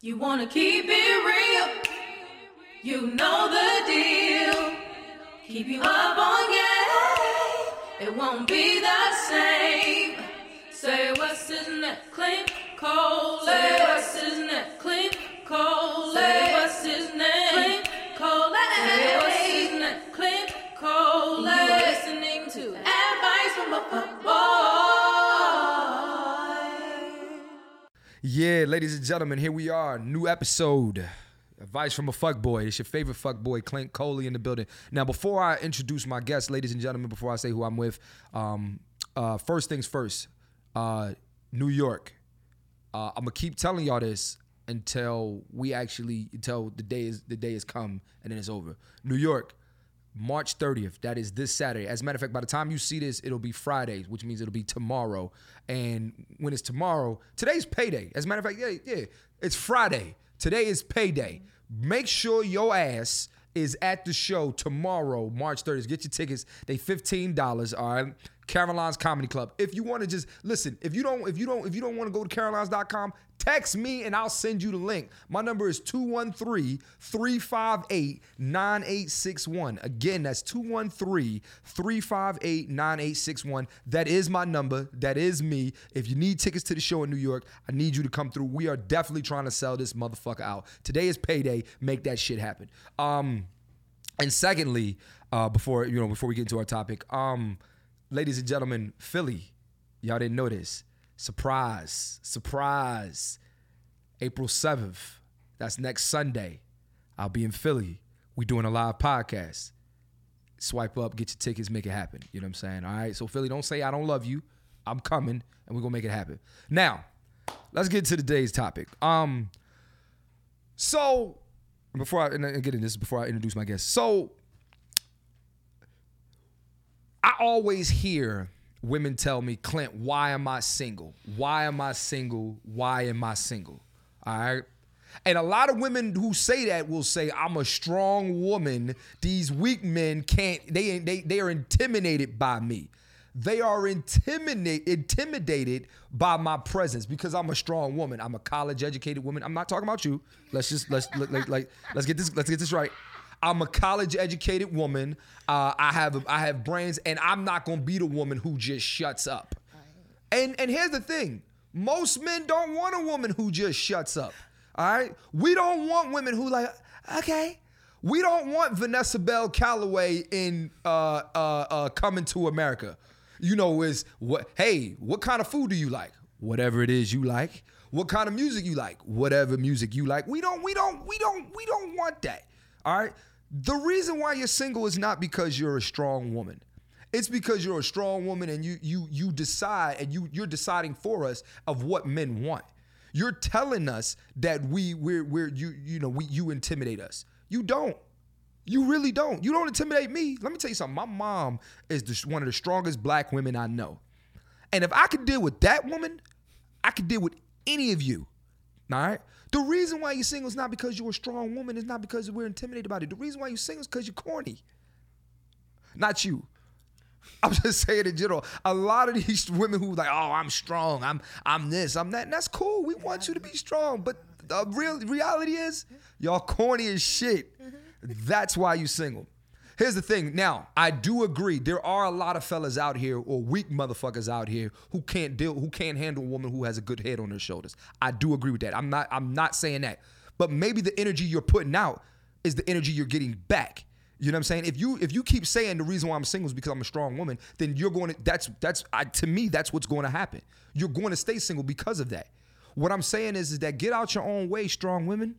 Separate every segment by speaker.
Speaker 1: You wanna keep it real, you know the deal. Keep you up on game, it won't be the same. Say what's in that clean cold, say what's in that clean cold, say what's his name, clean cold, say what's his name, clean cold. Listening to advice from a fuck boy.
Speaker 2: Yeah, ladies and gentlemen, here we are. New episode. Advice from a fuckboy. It's your favorite fuckboy, Clint Coley, in the building. Now, before I introduce my guest, ladies and gentlemen, before I say who I'm with, um, uh, first things first, uh, New York. Uh, I'm gonna keep telling y'all this until we actually until the day is the day has come and then it's over. New York, March 30th. That is this Saturday. As a matter of fact, by the time you see this, it'll be Friday, which means it'll be tomorrow. And when it's tomorrow, today's payday. As a matter of fact, yeah, yeah, it's Friday. Today is payday. Make sure your ass is at the show tomorrow, March 30th. Get your tickets. They $15, all right? Caroline's Comedy Club. If you want to just listen, if you don't, if you don't, if you don't want to go to carolines.com, text me and I'll send you the link. My number is 213-358-9861. Again, that's 213-358-9861. That is my number. That is me. If you need tickets to the show in New York, I need you to come through. We are definitely trying to sell this motherfucker out. Today is payday. Make that shit happen. Um, and secondly, uh, before you know, before we get into our topic, um, ladies and gentlemen, Philly, y'all didn't know this. Surprise, surprise. April 7th, that's next Sunday. I'll be in Philly. We doing a live podcast. Swipe up, get your tickets, make it happen. You know what I'm saying? All right. So Philly, don't say I don't love you. I'm coming and we're gonna make it happen. Now, let's get to today's topic. Um, so before I and again, this is before I introduce my guest. So I always hear women tell me, Clint, why am I single? Why am I single? Why am I single? All right. And a lot of women who say that will say, I'm a strong woman. These weak men can't, they they they are intimidated by me. They are intimidate, intimidated by my presence because I'm a strong woman. I'm a college educated woman. I'm not talking about you. Let's just let's let- like, like let's get this let's get this right. I'm a college educated woman. Uh, I have I have brains, and I'm not gonna be the woman who just shuts up. And and here's the thing: most men don't want a woman who just shuts up. All right, we don't want women who like okay. We don't want Vanessa Bell Calloway in uh, uh, uh, Coming to America. You know, is what? Hey, what kind of food do you like? Whatever it is you like. What kind of music you like? Whatever music you like. We don't. We don't. We don't. We don't want that. All right. The reason why you're single is not because you're a strong woman. It's because you're a strong woman and you you you decide and you you're deciding for us of what men want. You're telling us that we we're we're you you know we you intimidate us. You don't. You really don't. You don't intimidate me. Let me tell you something. My mom is the, one of the strongest black women I know. And if I could deal with that woman, I could deal with any of you. All right. The reason why you're single is not because you're a strong woman. It's not because we're intimidated by it. The reason why you're single is because you're corny. Not you. I'm just saying in general. A lot of these women who like, oh, I'm strong. I'm I'm this. I'm that. And that's cool. We want you to be strong. But the real reality is, y'all corny as shit. That's why you single. Here's the thing. Now, I do agree. There are a lot of fellas out here, or weak motherfuckers out here, who can't deal, who can't handle a woman who has a good head on her shoulders. I do agree with that. I'm not. I'm not saying that. But maybe the energy you're putting out is the energy you're getting back. You know what I'm saying? If you if you keep saying the reason why I'm single is because I'm a strong woman, then you're going to that's that's I, to me that's what's going to happen. You're going to stay single because of that. What I'm saying is is that get out your own way, strong women.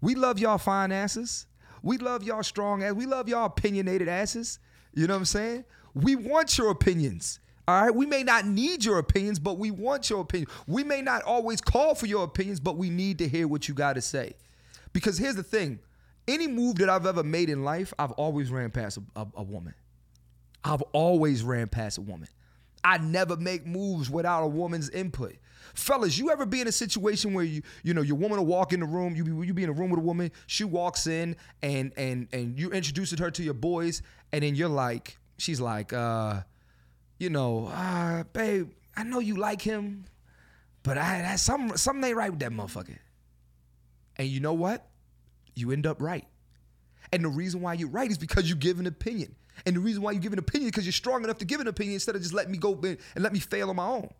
Speaker 2: We love y'all fine asses. We love y'all strong ass. We love y'all opinionated asses. You know what I'm saying? We want your opinions. All right. We may not need your opinions, but we want your opinion. We may not always call for your opinions, but we need to hear what you got to say. Because here's the thing: any move that I've ever made in life, I've always ran past a, a, a woman. I've always ran past a woman. I never make moves without a woman's input. Fellas, you ever be in a situation where you you know your woman will walk in the room, you be you be in a room with a woman, she walks in and and and you introducing her to your boys, and then you're like, she's like, uh, you know, uh, babe, I know you like him, but I, I some something ain't right with that motherfucker. And you know what? You end up right. And the reason why you're right is because you give an opinion. And the reason why you give an opinion is because you're strong enough to give an opinion instead of just letting me go and let me fail on my own.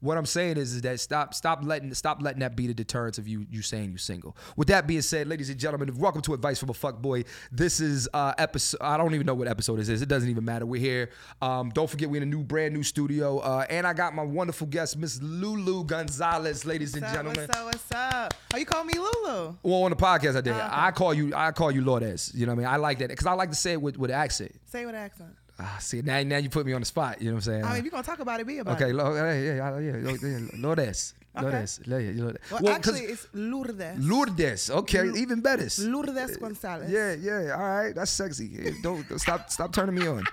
Speaker 2: What I'm saying is, is that stop stop letting stop letting that be the deterrence of you you saying you single. With that being said, ladies and gentlemen, welcome to Advice from a Fuck Boy. This is uh episode I don't even know what episode this is. It doesn't even matter. We're here. Um, don't forget we're in a new brand new studio. Uh, and I got my wonderful guest, Miss Lulu Gonzalez, ladies and
Speaker 3: What's up,
Speaker 2: gentlemen.
Speaker 3: what's up? What's up? Oh, you call me Lulu?
Speaker 2: Well, on the podcast I did.
Speaker 3: okay.
Speaker 2: I call you I call you Lourdes. You know what I mean? I like that because I like to say it with with accent.
Speaker 3: Say what accent?
Speaker 2: Ah, see now now you put me on the spot. You know what I'm saying?
Speaker 3: I mean, if you're gonna talk about it, be about
Speaker 2: Okay,
Speaker 3: it.
Speaker 2: lo- yeah, yeah, yeah, yeah, yeah, Lourdes. Lourdes. Yeah, yeah, Lourdes.
Speaker 3: Well,
Speaker 2: Well, 'cause-
Speaker 3: actually, it's Lourdes.
Speaker 2: Lourdes. Okay,
Speaker 3: Lu-
Speaker 2: even better.
Speaker 3: Lourdes Gonzalez.
Speaker 2: Yeah, yeah. All right, that's sexy. Yeah, Don't, don't- stop, stop turning me on.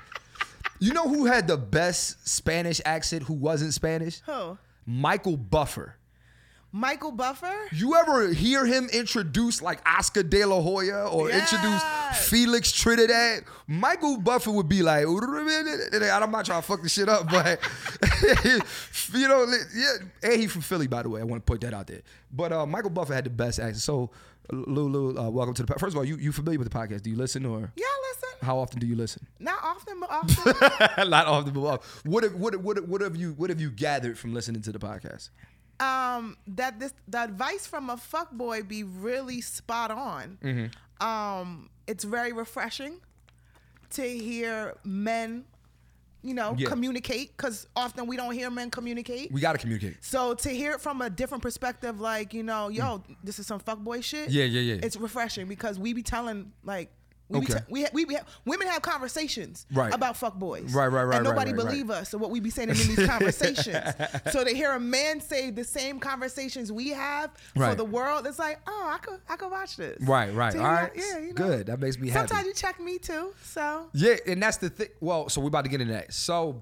Speaker 2: You know who had the best Spanish accent? Who wasn't Spanish?
Speaker 3: Who?
Speaker 2: Michael Buffer.
Speaker 3: Michael Buffer?
Speaker 2: You ever hear him introduce like Oscar De La Hoya or introduce
Speaker 3: Yes.
Speaker 2: Felix Trinidad? Michael Buffer would be like, and I'm not trying to fuck this shit up, but you know, li- yeah. And he from Philly, by the way. I want to put that out there. But uh, Michael Buffer had the best accent. So, Lulu, uh, welcome to the. po- First of all, you you familiar with the podcast? Do you listen or
Speaker 3: Yeah, listen.
Speaker 2: how often do you listen?
Speaker 3: Not often, but often.
Speaker 2: Not often, but often. what have, what have- what have- what have you what have you gathered from listening to the podcast?
Speaker 3: um, that this the advice from a fuckboy be really spot on.
Speaker 2: Mm-hmm.
Speaker 3: Um, it's very refreshing to hear men, you know,
Speaker 2: Yeah.
Speaker 3: communicate because often we don't hear men communicate.
Speaker 2: We got to communicate.
Speaker 3: So to hear it from a different perspective, like you know, yo, this is some fuckboy shit.
Speaker 2: Mm. Yeah, yeah, yeah.
Speaker 3: It's refreshing because we be telling like. We, be
Speaker 2: Okay.
Speaker 3: te- we, ha- we, be ha- women have conversations
Speaker 2: Right.
Speaker 3: about fuckboys.
Speaker 2: Right, right, right, right,
Speaker 3: And nobody
Speaker 2: right, right.
Speaker 3: believe us. So what we be saying in these conversations. so to hear a man say the same conversations we have
Speaker 2: Right.
Speaker 3: for the world, it's like, oh, I could I could watch this.
Speaker 2: Right, right.
Speaker 3: To
Speaker 2: All
Speaker 3: hear-
Speaker 2: right.
Speaker 3: Yeah, you know.
Speaker 2: Good. That makes me happy.
Speaker 3: Sometimes you check me too. So
Speaker 2: Yeah, and that's the thing. Well, so we're about to get into that. So,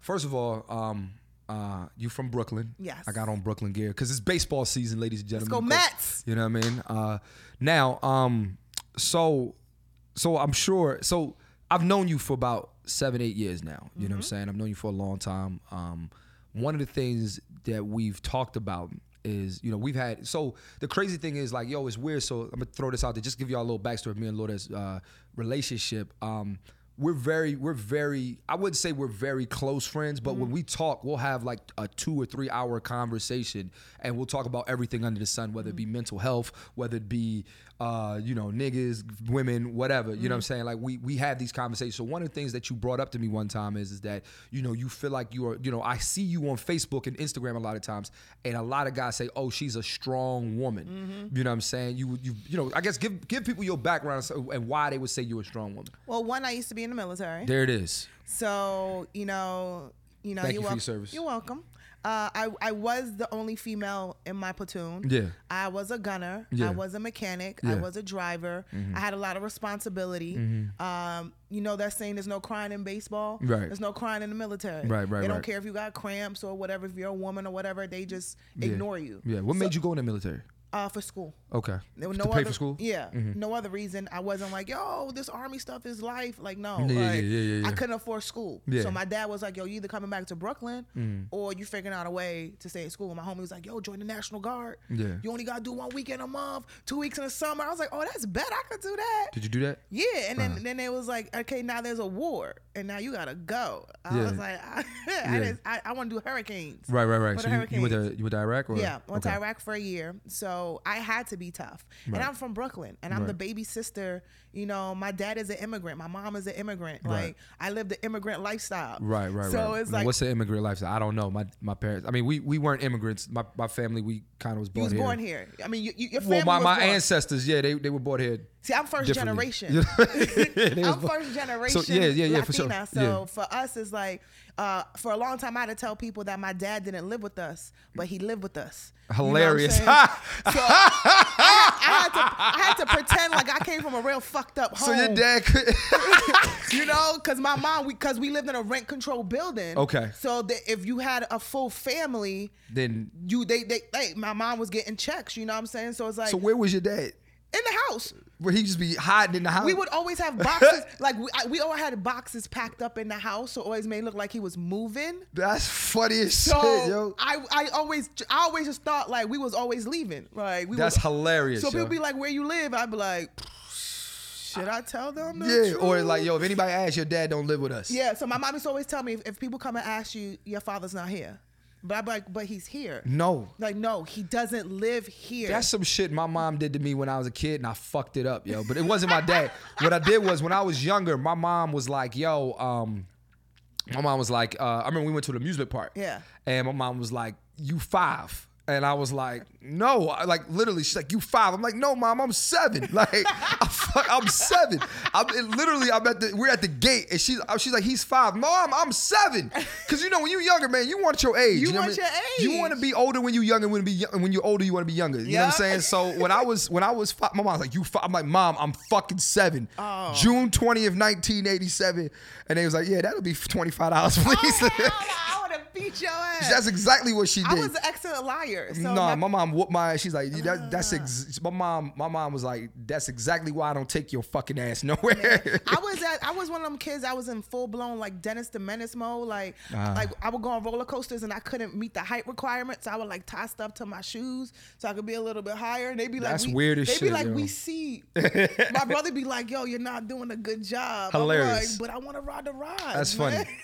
Speaker 2: first of all, um, uh, you from Brooklyn?
Speaker 3: Yes.
Speaker 2: I got on Brooklyn gear because it's baseball season, ladies and gentlemen.
Speaker 3: go
Speaker 2: Of course,
Speaker 3: Mets!
Speaker 2: You know what I mean? Uh, now, um, so, so I'm sure. So I've known you for about seven, eight years now. You
Speaker 3: Mm-hmm.
Speaker 2: know what I'm saying? I've known you for a long time. Um, one of the things that we've talked about is you know we've had so the crazy thing is like yo it's weird so i'm gonna throw this out there just give y'all a little backstory of me and lourdes uh relationship um we're very we're very i wouldn't say we're very close friends but when we talk we'll have like a two or three hour conversation and we'll talk about everything under the sun whether it be mental health whether it be uh you know niggas women whatever you know what i'm saying like we we have these conversations so one of the things that you brought up to me one time is is that you know you feel like you are you know i see you on facebook and instagram a lot of times and a lot of guys say oh she's a strong woman you know what i'm saying you you you know i guess give give people your background so- and why they would say you're a strong woman
Speaker 3: well, one I used to be in the military.
Speaker 2: there it is.
Speaker 3: So you know, you know,
Speaker 2: Thank
Speaker 3: you're
Speaker 2: you for your
Speaker 3: welcome.
Speaker 2: service.
Speaker 3: You're welcome. Uh, I I was the only female in my platoon.
Speaker 2: Yeah.
Speaker 3: I was a gunner.
Speaker 2: Yeah.
Speaker 3: I was a mechanic. I
Speaker 2: Yeah. Mm-hmm.
Speaker 3: was a driver. I had a lot of responsibility. Um, you know that saying, "There's no crying in baseball.
Speaker 2: Right.
Speaker 3: There's no crying in the military.
Speaker 2: Right, right,
Speaker 3: They don't
Speaker 2: right.
Speaker 3: care if you got cramps or whatever. If you're a woman or whatever, they just ignore you.
Speaker 2: Yeah. What made you go in the military?
Speaker 3: Uh, for school.
Speaker 2: Okay.
Speaker 3: There was
Speaker 2: to
Speaker 3: no
Speaker 2: pay
Speaker 3: other,
Speaker 2: for school. Mm-hmm.
Speaker 3: Yeah, no other reason. I wasn't like, yo, this army stuff is life. Like, no,
Speaker 2: Yeah, yeah,
Speaker 3: like,
Speaker 2: yeah, yeah,
Speaker 3: I
Speaker 2: yeah.
Speaker 3: couldn't afford school.
Speaker 2: Yeah. Mm-hmm.
Speaker 3: So my dad was like, yo, you either coming back to Brooklyn or you figuring out a way to stay in school. And my homie was like, yo, join the National Guard.
Speaker 2: Yeah.
Speaker 3: You only gotta do one weekend a month, two weeks in the summer. I was like, oh, that's better. I could do that.
Speaker 2: Did you do that?
Speaker 3: Yeah, and then then it was like, okay, now there's a war, and now you gotta go. I
Speaker 2: Yeah.
Speaker 3: was like, I,
Speaker 2: Yeah.
Speaker 3: I, just- I, I want to do hurricanes.
Speaker 2: Right, right, right.
Speaker 3: But
Speaker 2: So you, you went
Speaker 3: hurricanes-
Speaker 2: to you went to Iraq or
Speaker 3: yeah, went
Speaker 2: Okay.
Speaker 3: to Iraq for a year, so I had to be tough. And
Speaker 2: Right.
Speaker 3: I'm from Brooklyn, and I'm the baby sister. You know, my dad is an immigrant, my mom is an immigrant.
Speaker 2: Right.
Speaker 3: Like I lived the immigrant lifestyle.
Speaker 2: Right, right,
Speaker 3: So
Speaker 2: right.
Speaker 3: it's
Speaker 2: Now,
Speaker 3: like
Speaker 2: what's the immigrant lifestyle? I don't know. My my parents. I mean, we, we weren't immigrants. My, my family, we kind of was
Speaker 3: you
Speaker 2: born
Speaker 3: was
Speaker 2: here.
Speaker 3: born here. I mean, you, you, your family
Speaker 2: Well, my,
Speaker 3: was
Speaker 2: my
Speaker 3: born.
Speaker 2: ancestors, yeah, they, they were born here.
Speaker 3: See, I'm first
Speaker 2: differently.
Speaker 3: generation.
Speaker 2: They was
Speaker 3: I'm
Speaker 2: born-
Speaker 3: first generation.
Speaker 2: yeah, yeah, yeah, for sure.
Speaker 3: Latina. So
Speaker 2: Yeah.
Speaker 3: for us, it's like uh, for a long time I had to tell people that my dad didn't live with us, but he lived with us. You know what I'm
Speaker 2: Hilarious.
Speaker 3: saying? so I, had, I had to I had to pretend like I came from a real fucked up
Speaker 2: So
Speaker 3: home.
Speaker 2: your dad could.
Speaker 3: you know, because my mom, because we, lived in a rent controlled building.
Speaker 2: Okay.
Speaker 3: So that if you had a full family,
Speaker 2: then
Speaker 3: you they they, they my mom was getting checks. You know what I'm saying? So it's like
Speaker 2: so where was your dad?
Speaker 3: in the house.
Speaker 2: Where he just be hiding in the house.
Speaker 3: We would always have boxes. like we, I, we all had boxes packed up in the house, so it always made it look like he was moving.
Speaker 2: That's funny as
Speaker 3: So
Speaker 2: shit, yo.
Speaker 3: I, I always, I always just thought like we was always leaving. Like we
Speaker 2: That's
Speaker 3: was,
Speaker 2: hilarious.
Speaker 3: So
Speaker 2: yo.
Speaker 3: people be like, "Where you live?" I'd be like, "Should I tell them?" the
Speaker 2: yeah, or
Speaker 3: truth?"
Speaker 2: like, yo, if anybody asks, your dad don't live with us.
Speaker 3: yeah. So my mom used to always tell me if, if people come and ask you, your father's not here, but I'm like, "But he's here."
Speaker 2: No.
Speaker 3: Like, no, he doesn't live here.
Speaker 2: That's some shit my mom did to me when I was a kid, and I fucked it up, yo. But it wasn't my dad. what I did was when I was younger, my mom was like, "Yo, um, my mom was like, uh, I remember we went to an amusement park,
Speaker 3: Yeah.
Speaker 2: and my mom was like, "You five. And I was like, no, I, like literally, she's like, you five. I'm like, no, mom, I'm seven. Like, I fuck, I'm seven. I'm it- literally, I'm at the, we're at the gate, and she's, I- she's like, he's five. No, I'm, I'm seven. Cause you know, when you're younger, man, you want your age.
Speaker 3: You
Speaker 2: know what
Speaker 3: want
Speaker 2: I mean?
Speaker 3: your
Speaker 2: You
Speaker 3: age.
Speaker 2: want to be older when you're younger. When be young, when you're older, you want to be younger. You know what I'm
Speaker 3: Yeah.
Speaker 2: saying? So when I was, when I was five, my mom's like, you. Five. I'm like, mom, I'm fucking seven.
Speaker 3: Oh.
Speaker 2: June 20th, 1987, and they was like, yeah, that'll be twenty five dollars, please.
Speaker 3: Oh, hell, I would have beat your ass.
Speaker 2: That's exactly what she did.
Speaker 3: I was an excellent liar. So Ah.
Speaker 2: no,
Speaker 3: my-
Speaker 2: my, mom whooped my ass. She's like, that, that's ex- my mom. My mom was like, that's exactly why I don't take your fucking ass nowhere.
Speaker 3: I was at, I was one of them kids. I was in full blown like Dennis the Menace mode. Like
Speaker 2: Ah.
Speaker 3: like I would go on roller coasters and I couldn't meet the height requirement, so I would like tie stuff to my shoes so I could be a little bit higher. And they'd be like,
Speaker 2: That's
Speaker 3: we,
Speaker 2: weird as
Speaker 3: They'd
Speaker 2: shit,
Speaker 3: be like,
Speaker 2: yo.
Speaker 3: we see. my brother be like, yo, you're not doing a good job. I'm
Speaker 2: Hilarious.
Speaker 3: like, but I want to ride the ride.
Speaker 2: That's
Speaker 3: man."
Speaker 2: funny.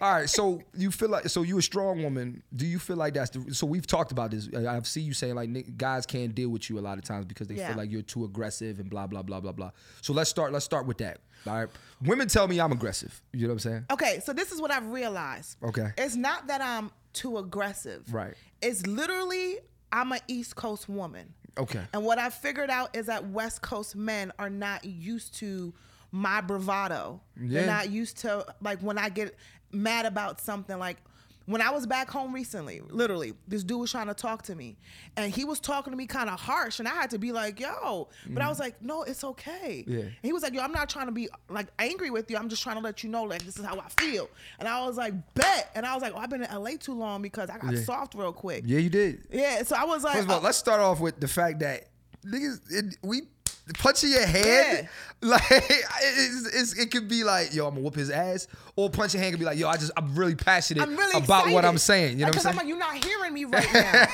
Speaker 2: All right, so you feel like so you a strong woman. Do you feel like that's the so we've talked about this. I- I've seen you saying like ni- guys can't deal with you a lot of times because they
Speaker 3: Yeah.
Speaker 2: feel like you're too aggressive and blah blah blah blah blah. So let's start let's start with that. All right, women tell me I'm aggressive. You know what I'm saying?
Speaker 3: Okay, so this is what I've realized.
Speaker 2: Okay.
Speaker 3: It's not that I'm too aggressive.
Speaker 2: Right.
Speaker 3: It's literally I'm an East Coast woman.
Speaker 2: Okay.
Speaker 3: And what I figured out is that West Coast men are not used to my bravado.
Speaker 2: Yeah.
Speaker 3: They're not used to like when I get mad about something like when I was back home recently, literally, this dude was trying to talk to me. And he was talking to me kind of harsh. And I had to be like, yo. But I was like, no, it's okay.
Speaker 2: Mm-hmm. Yeah.
Speaker 3: And he was like, yo, I'm not trying to be like angry with you. I'm just trying to let you know, like, this is how I feel. And I was like, bet. And I was like, oh, I've been in LA too long because I got
Speaker 2: Yeah.
Speaker 3: soft real quick.
Speaker 2: Yeah, you did.
Speaker 3: Yeah, so I was like,
Speaker 2: First of all,
Speaker 3: uh,
Speaker 2: let's start off with the fact that niggas, it, we punching your head, like it's, it's, it could be like, yo, I'm gonna whoop his ass, or punch your hand could be like, yo, I just I'm really passionate
Speaker 3: I'm really
Speaker 2: about
Speaker 3: excited.
Speaker 2: what I'm saying. You know
Speaker 3: Like,
Speaker 2: what
Speaker 3: 'cause
Speaker 2: I'm saying?
Speaker 3: like, you're not hearing me right now.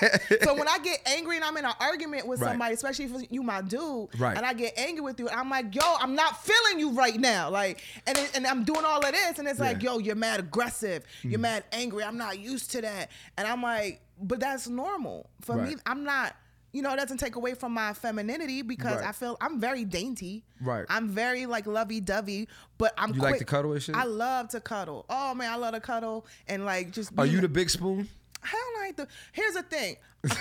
Speaker 3: so when I get angry and I'm in an argument with
Speaker 2: Right.
Speaker 3: somebody, especially if you my dude,
Speaker 2: Right.
Speaker 3: and I get angry with you, I'm like, yo, I'm not feeling you right now. Like, and it, and I'm doing all of this, and it's like,
Speaker 2: Yeah.
Speaker 3: yo,
Speaker 2: Mm.
Speaker 3: you're mad aggressive, you're mad angry. I'm not used to that, and I'm like, but that's normal for me.
Speaker 2: Right.
Speaker 3: I'm not. You know, it doesn't take away from my femininity because
Speaker 2: Right.
Speaker 3: I feel I'm very dainty.
Speaker 2: Right.
Speaker 3: I'm very like lovey dovey, but I'm
Speaker 2: You like
Speaker 3: quick.
Speaker 2: to cuddle and shit?
Speaker 3: I love to cuddle. Oh man, I love to cuddle and like just.
Speaker 2: Are
Speaker 3: be-
Speaker 2: you the big spoon?
Speaker 3: Hell, I ain't the. Here's the thing.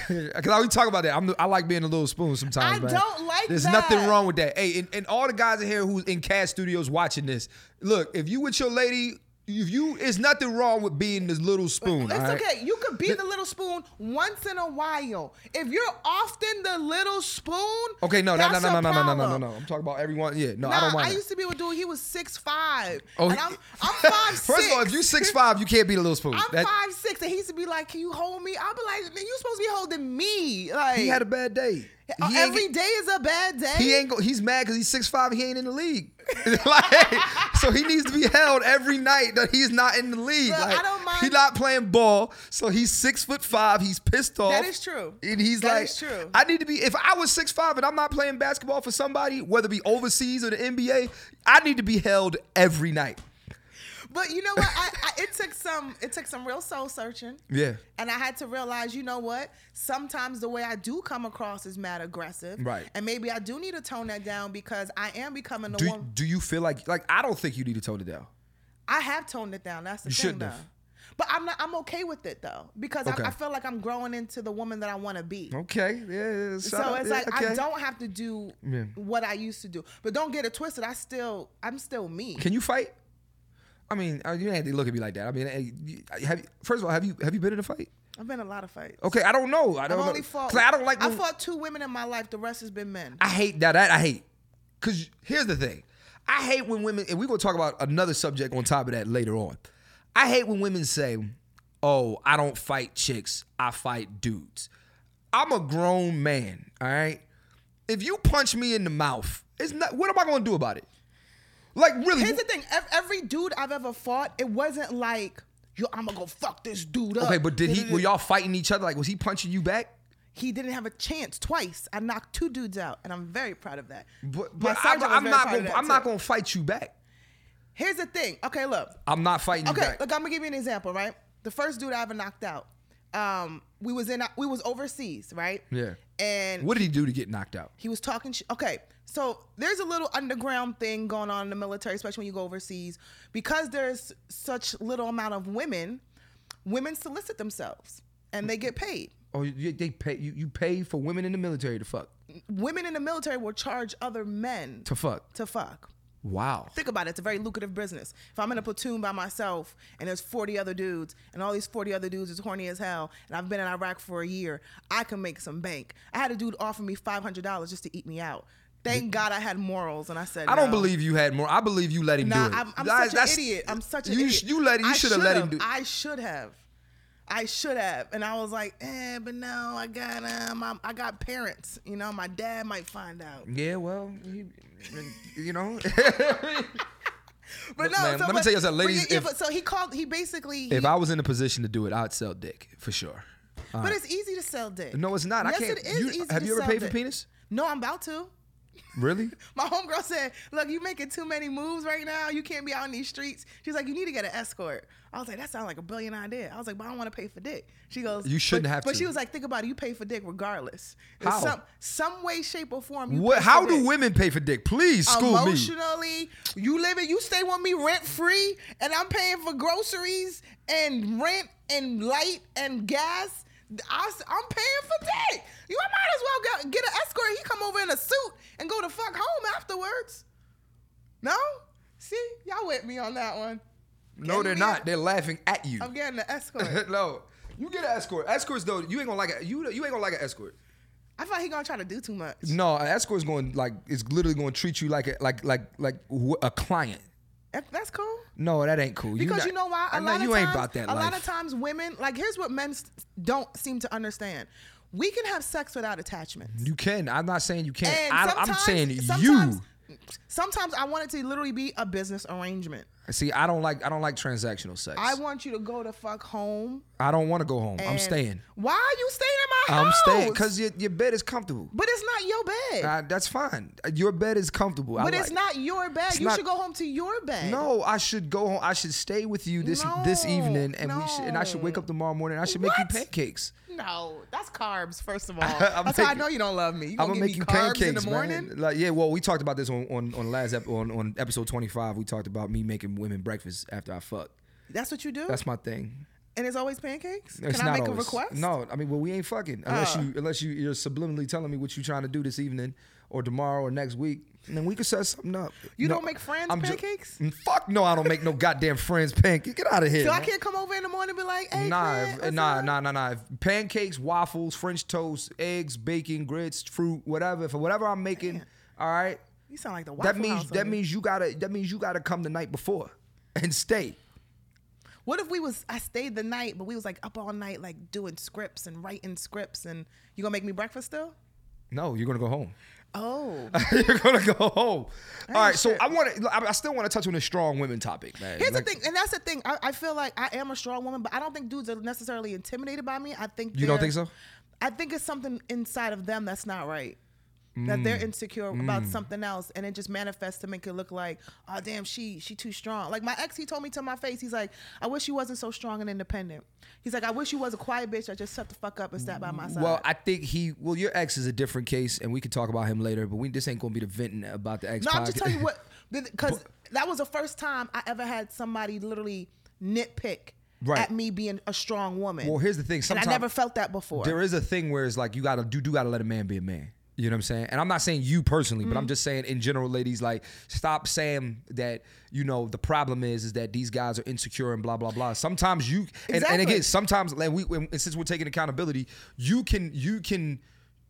Speaker 2: Because I always talk about that. I'm the, I like being a little spoon sometimes.
Speaker 3: I
Speaker 2: man.
Speaker 3: don't like
Speaker 2: There's
Speaker 3: that.
Speaker 2: nothing wrong with that. Hey, and, and all the guys in here who's in cat studios watching this, look, if you with your lady, if you, it's nothing wrong with being this little spoon.
Speaker 3: It's
Speaker 2: all right?
Speaker 3: okay. You could be the little spoon once in a while. If you're often the little spoon.
Speaker 2: Okay, no, no, no,
Speaker 3: that's
Speaker 2: no,
Speaker 3: a
Speaker 2: no, no, no, no, no, no,
Speaker 3: problem.
Speaker 2: no. I'm talking about everyone. Yeah, no,
Speaker 3: Nah,
Speaker 2: I
Speaker 3: I,
Speaker 2: don't mind. that.
Speaker 3: used to be with dude. He was six five.
Speaker 2: Oh,
Speaker 3: Oh,
Speaker 2: he-
Speaker 3: and I'm, I'm five six.
Speaker 2: First of all, if you six five, you can't be the little spoon.
Speaker 3: I'm
Speaker 2: That-
Speaker 3: five six, and he used to be like, "Can you hold me?" I'll be like, "You supposed to be holding me." Like
Speaker 2: he had a bad day.
Speaker 3: uh,
Speaker 2: He
Speaker 3: every
Speaker 2: ain't,
Speaker 3: day is a bad day.
Speaker 2: he ain't go, he's mad because he's six five. He ain't in the league. like, so he needs to be held every night that he's not in the league.
Speaker 3: Look,
Speaker 2: like,
Speaker 3: I don't mind-
Speaker 2: He's not playing ball, so he's six foot five. He's pissed off.
Speaker 3: is true.
Speaker 2: And he's
Speaker 3: That
Speaker 2: like,
Speaker 3: is true.
Speaker 2: I need to be. If I was six five and I'm not playing basketball for somebody, whether it be overseas or the NBA, I need to be held every night.
Speaker 3: But you know what? I, I, it took some. It took some real soul searching.
Speaker 2: Yeah.
Speaker 3: And I had to realize, you know what? Sometimes the way I do come across is mad aggressive.
Speaker 2: Right.
Speaker 3: And maybe I do need to tone that down because I am becoming the
Speaker 2: Do,
Speaker 3: woman.
Speaker 2: do you feel like like I don't think you need to tone it down.
Speaker 3: I have toned it down. That's the
Speaker 2: You
Speaker 3: thing,
Speaker 2: shouldn't
Speaker 3: though.
Speaker 2: have.
Speaker 3: But I'm not. I'm okay with it though because
Speaker 2: Okay.
Speaker 3: I, I feel like I'm growing into the woman that I want to be.
Speaker 2: Okay. Yeah. yeah,
Speaker 3: So
Speaker 2: shout out.
Speaker 3: it's
Speaker 2: Yeah,
Speaker 3: like
Speaker 2: okay.
Speaker 3: I don't have to do
Speaker 2: Yeah.
Speaker 3: what I used to do. But don't get it twisted. I still, I'm still me.
Speaker 2: Can you fight? I mean, uh, you ain't look at me like that. I mean, hey, you- have you, first of all, have you have you been in a fight?
Speaker 3: I've been in a lot of fights.
Speaker 2: Okay, I don't know. I
Speaker 3: I've
Speaker 2: don't know.
Speaker 3: only fought.
Speaker 2: 'Cause I don't like.
Speaker 3: I
Speaker 2: when-
Speaker 3: fought two women in my life. The rest has been men.
Speaker 2: I hate that. That I hate. Cause here's the thing, I hate when women, and we're gonna talk about another subject on top of that later on. I hate when women say, "Oh, I don't fight chicks. I fight dudes." I'm a grown man. All right. if you punch me in the mouth, it's not. What am I going to do about it? Like really?
Speaker 3: Here's the thing: ev- every dude I've ever fought, it wasn't like yo, I'm gonna go fuck this dude up.
Speaker 2: okay, but did
Speaker 3: Uh,
Speaker 2: he? Were y'all fighting each other? Like, was he punching you back?
Speaker 3: He didn't have a chance twice. I knocked two dudes out, and I'm very proud of that.
Speaker 2: But,
Speaker 3: My
Speaker 2: but I,
Speaker 3: sergeant was
Speaker 2: am
Speaker 3: very
Speaker 2: not
Speaker 3: proud of
Speaker 2: going.
Speaker 3: that,
Speaker 2: I'm not
Speaker 3: too.
Speaker 2: going to fight you back.
Speaker 3: Here's the thing. Okay, look.
Speaker 2: I'm not fighting you
Speaker 3: Okay,
Speaker 2: back.
Speaker 3: look, I'm gonna give you an example, right? The first dude I ever knocked out, um, we was in, we was overseas, right?
Speaker 2: Yeah.
Speaker 3: And
Speaker 2: What did he do to get knocked out?
Speaker 3: he was talking. Sh- okay, so there's a little underground thing going on in the military, especially when you go overseas, because there's such little amount of women. Women solicit themselves, and they get paid.
Speaker 2: Oh, you, they pay you, you. pay for women in the military to fuck.
Speaker 3: Women in the military will charge other men
Speaker 2: To fuck.
Speaker 3: to fuck.
Speaker 2: Wow.
Speaker 3: Think about it. It's a very lucrative business. If I'm in a platoon by myself and there's 40 other dudes, and all these 40 other dudes is horny as hell, and I've been in Iraq for a year, I can make some bank. I had a dude offer me $500 just to eat me out. Thank God I had morals, and I said,
Speaker 2: I don't
Speaker 3: no.
Speaker 2: believe you had more. I believe you let him
Speaker 3: Nah,
Speaker 2: do it.
Speaker 3: I'm, I'm
Speaker 2: That-
Speaker 3: such an
Speaker 2: that's-
Speaker 3: idiot. I'm such an
Speaker 2: you,
Speaker 3: idiot.
Speaker 2: You let. You
Speaker 3: I
Speaker 2: should have let him
Speaker 3: should've.
Speaker 2: do.
Speaker 3: I should have. I should have. And I was like, eh, but no, I got um, I'm, I got parents. You know, my dad might find out.
Speaker 2: yeah. Well, you, you know.
Speaker 3: But
Speaker 2: Look,
Speaker 3: no,
Speaker 2: man,
Speaker 3: so
Speaker 2: let me
Speaker 3: but-
Speaker 2: tell you something,
Speaker 3: but
Speaker 2: ladies,
Speaker 3: yeah,
Speaker 2: if-
Speaker 3: but so he called. He basically.
Speaker 2: if
Speaker 3: he-
Speaker 2: I was in a position to do it, I'd sell dick for sure.
Speaker 3: but it's easy to sell dick.
Speaker 2: No, it's not.
Speaker 3: Yes,
Speaker 2: I can't.
Speaker 3: it is
Speaker 2: you-
Speaker 3: easy
Speaker 2: have
Speaker 3: to
Speaker 2: you ever
Speaker 3: sell
Speaker 2: paid
Speaker 3: dick.
Speaker 2: for penis?
Speaker 3: No, I'm about to.
Speaker 2: Really?
Speaker 3: My homegirl said, "Look, you making too many moves right now. You can't be out in these streets." She's like, "You need to get an escort." I was like, "That sounds like a brilliant idea." I was like, "But I don't want to pay for dick." She goes,
Speaker 2: You shouldn't
Speaker 3: but,
Speaker 2: have
Speaker 3: But
Speaker 2: to.
Speaker 3: she was like, "Think about it. You pay for dick regardless. In
Speaker 2: How?
Speaker 3: Some some way, shape, or form. You
Speaker 2: What?
Speaker 3: pay for
Speaker 2: How do
Speaker 3: dick.
Speaker 2: women pay for dick? Please school me.
Speaker 3: Emotionally, you live it. You stay with me rent free, and I'm paying for groceries and rent and light and gas. I, am paying for dick. You might as well go, get an escort. He come over in a suit and go to fuck home afterwards. No, see y'all with me on that one.
Speaker 2: No, they're
Speaker 3: me
Speaker 2: not.
Speaker 3: a-
Speaker 2: They're laughing at you.
Speaker 3: I'm getting an escort.
Speaker 2: no, you get an escort. Escorts though, you ain't gonna like it. You you ain't gonna like an escort.
Speaker 3: I thought he gonna try to do too much.
Speaker 2: No, an escort's going like it's literally going to treat you like a like like like wh- a client.
Speaker 3: That- That's cool.
Speaker 2: No, that ain't cool.
Speaker 3: Because
Speaker 2: not-
Speaker 3: you know why? A
Speaker 2: I know
Speaker 3: lot of
Speaker 2: you
Speaker 3: times,
Speaker 2: ain't about that
Speaker 3: A
Speaker 2: life.
Speaker 3: lot of times, women like here's what men s- don't seem to understand: we can have sex without attachments.
Speaker 2: You can. I'm not saying you can't.
Speaker 3: And
Speaker 2: I, I'm
Speaker 3: sometimes-
Speaker 2: saying you.
Speaker 3: sometimes- Sometimes I want it to literally be a business arrangement.
Speaker 2: See, I don't like I don't like transactional sex.
Speaker 3: I want you to go to fuck home.
Speaker 2: I don't want to go home. I'm
Speaker 3: and-
Speaker 2: staying.
Speaker 3: Why are you staying in my
Speaker 2: I'm
Speaker 3: house?
Speaker 2: staying because your your bed is comfortable.
Speaker 3: but it's not your bed.
Speaker 2: Uh, that's fine. Your bed is comfortable. I
Speaker 3: but it's
Speaker 2: like-
Speaker 3: not your bed.
Speaker 2: It's
Speaker 3: you
Speaker 2: not-
Speaker 3: should go home to your bed.
Speaker 2: No, I should go home. I should stay with you this this
Speaker 3: No,
Speaker 2: evening, and we should, and I should
Speaker 3: no.
Speaker 2: wake up tomorrow morning. and I should make
Speaker 3: What?
Speaker 2: you pancakes.
Speaker 3: no, that's carbs. First of all,
Speaker 2: I'm
Speaker 3: that's how I
Speaker 2: making-
Speaker 3: know you don't love me. You
Speaker 2: I'm
Speaker 3: gonna,
Speaker 2: gonna
Speaker 3: give
Speaker 2: make
Speaker 3: me
Speaker 2: you
Speaker 3: carbs
Speaker 2: pancakes
Speaker 3: in the morning?
Speaker 2: Man. Like, yeah, well, we talked about this on on, on last ep- on on episode 25. We talked about me making women breakfast after I fuck.
Speaker 3: That's what you do,
Speaker 2: That's my thing.
Speaker 3: and it's always pancakes.
Speaker 2: It's
Speaker 3: Can I
Speaker 2: not
Speaker 3: make a
Speaker 2: always-
Speaker 3: request?
Speaker 2: No, I mean, well, we ain't fucking unless
Speaker 3: Oh.
Speaker 2: you unless you you're subliminally telling me what you trying to do this evening or tomorrow or next week, and then we can set something up.
Speaker 3: You
Speaker 2: No,
Speaker 3: don't make friends
Speaker 2: ju- Mm,
Speaker 3: pancakes?
Speaker 2: fuck no, I don't make no goddamn friends pancakes. Get out of here.
Speaker 3: So I
Speaker 2: man.
Speaker 3: can't come over in the morning and be like, hey,
Speaker 2: Nah,
Speaker 3: Clint,
Speaker 2: if-
Speaker 3: what's
Speaker 2: nah,
Speaker 3: up?
Speaker 2: nah, nah, nah. If pancakes, waffles, French toast, eggs, bacon, grits, fruit, whatever. For whatever I'm making, all right.
Speaker 3: You sound like the Waffle
Speaker 2: That means
Speaker 3: House
Speaker 2: that
Speaker 3: owner.
Speaker 2: means you gotta that means you gotta come the night before and stay.
Speaker 3: What if we was I stayed the night, but we was like up all night, like doing scripts and writing scripts, and you gonna make me breakfast still?
Speaker 2: No, you're gonna go home.
Speaker 3: Oh,
Speaker 2: you're gonna go home. All right, so
Speaker 3: shit.
Speaker 2: I want to. I I still want to touch on the strong women topic, man.
Speaker 3: here's
Speaker 2: Like,
Speaker 3: the thing, and that's the thing. I, I feel like I am a strong woman, but I don't think dudes are necessarily intimidated by me. I think
Speaker 2: You don't
Speaker 3: they're-
Speaker 2: think so?
Speaker 3: I think it's something inside of them that's not right.
Speaker 2: Mm.
Speaker 3: That they're insecure about something else, and it just manifests to make it look like, oh damn, she she too strong. Like my ex, he told me to my face, he's like, I wish you wasn't so strong and independent. He's like, I wish you was a quiet bitch that just shut the fuck up and sat by my side.
Speaker 2: Well, I think he. Well, your ex is a different case, and we can talk about him later. But we this ain't gonna be the venting about the ex.
Speaker 3: No, I'm just
Speaker 2: podcast.
Speaker 3: telling you what, because that was the first time I ever had somebody literally nitpick
Speaker 2: Right.
Speaker 3: at me being a strong woman.
Speaker 2: Well, here's the thing.
Speaker 3: and I
Speaker 2: Sometimes
Speaker 3: never felt that before.
Speaker 2: there is a thing where it's like you gotta you do gotta let a man be a man. You know what I'm saying? And I'm not saying you personally, but I'm just saying in general, ladies, like stop saying that you know the problem is is that these guys are insecure and blah blah blah. Sometimes you and, and
Speaker 3: Exactly.
Speaker 2: again, sometimes like we and since we're taking accountability, you can you can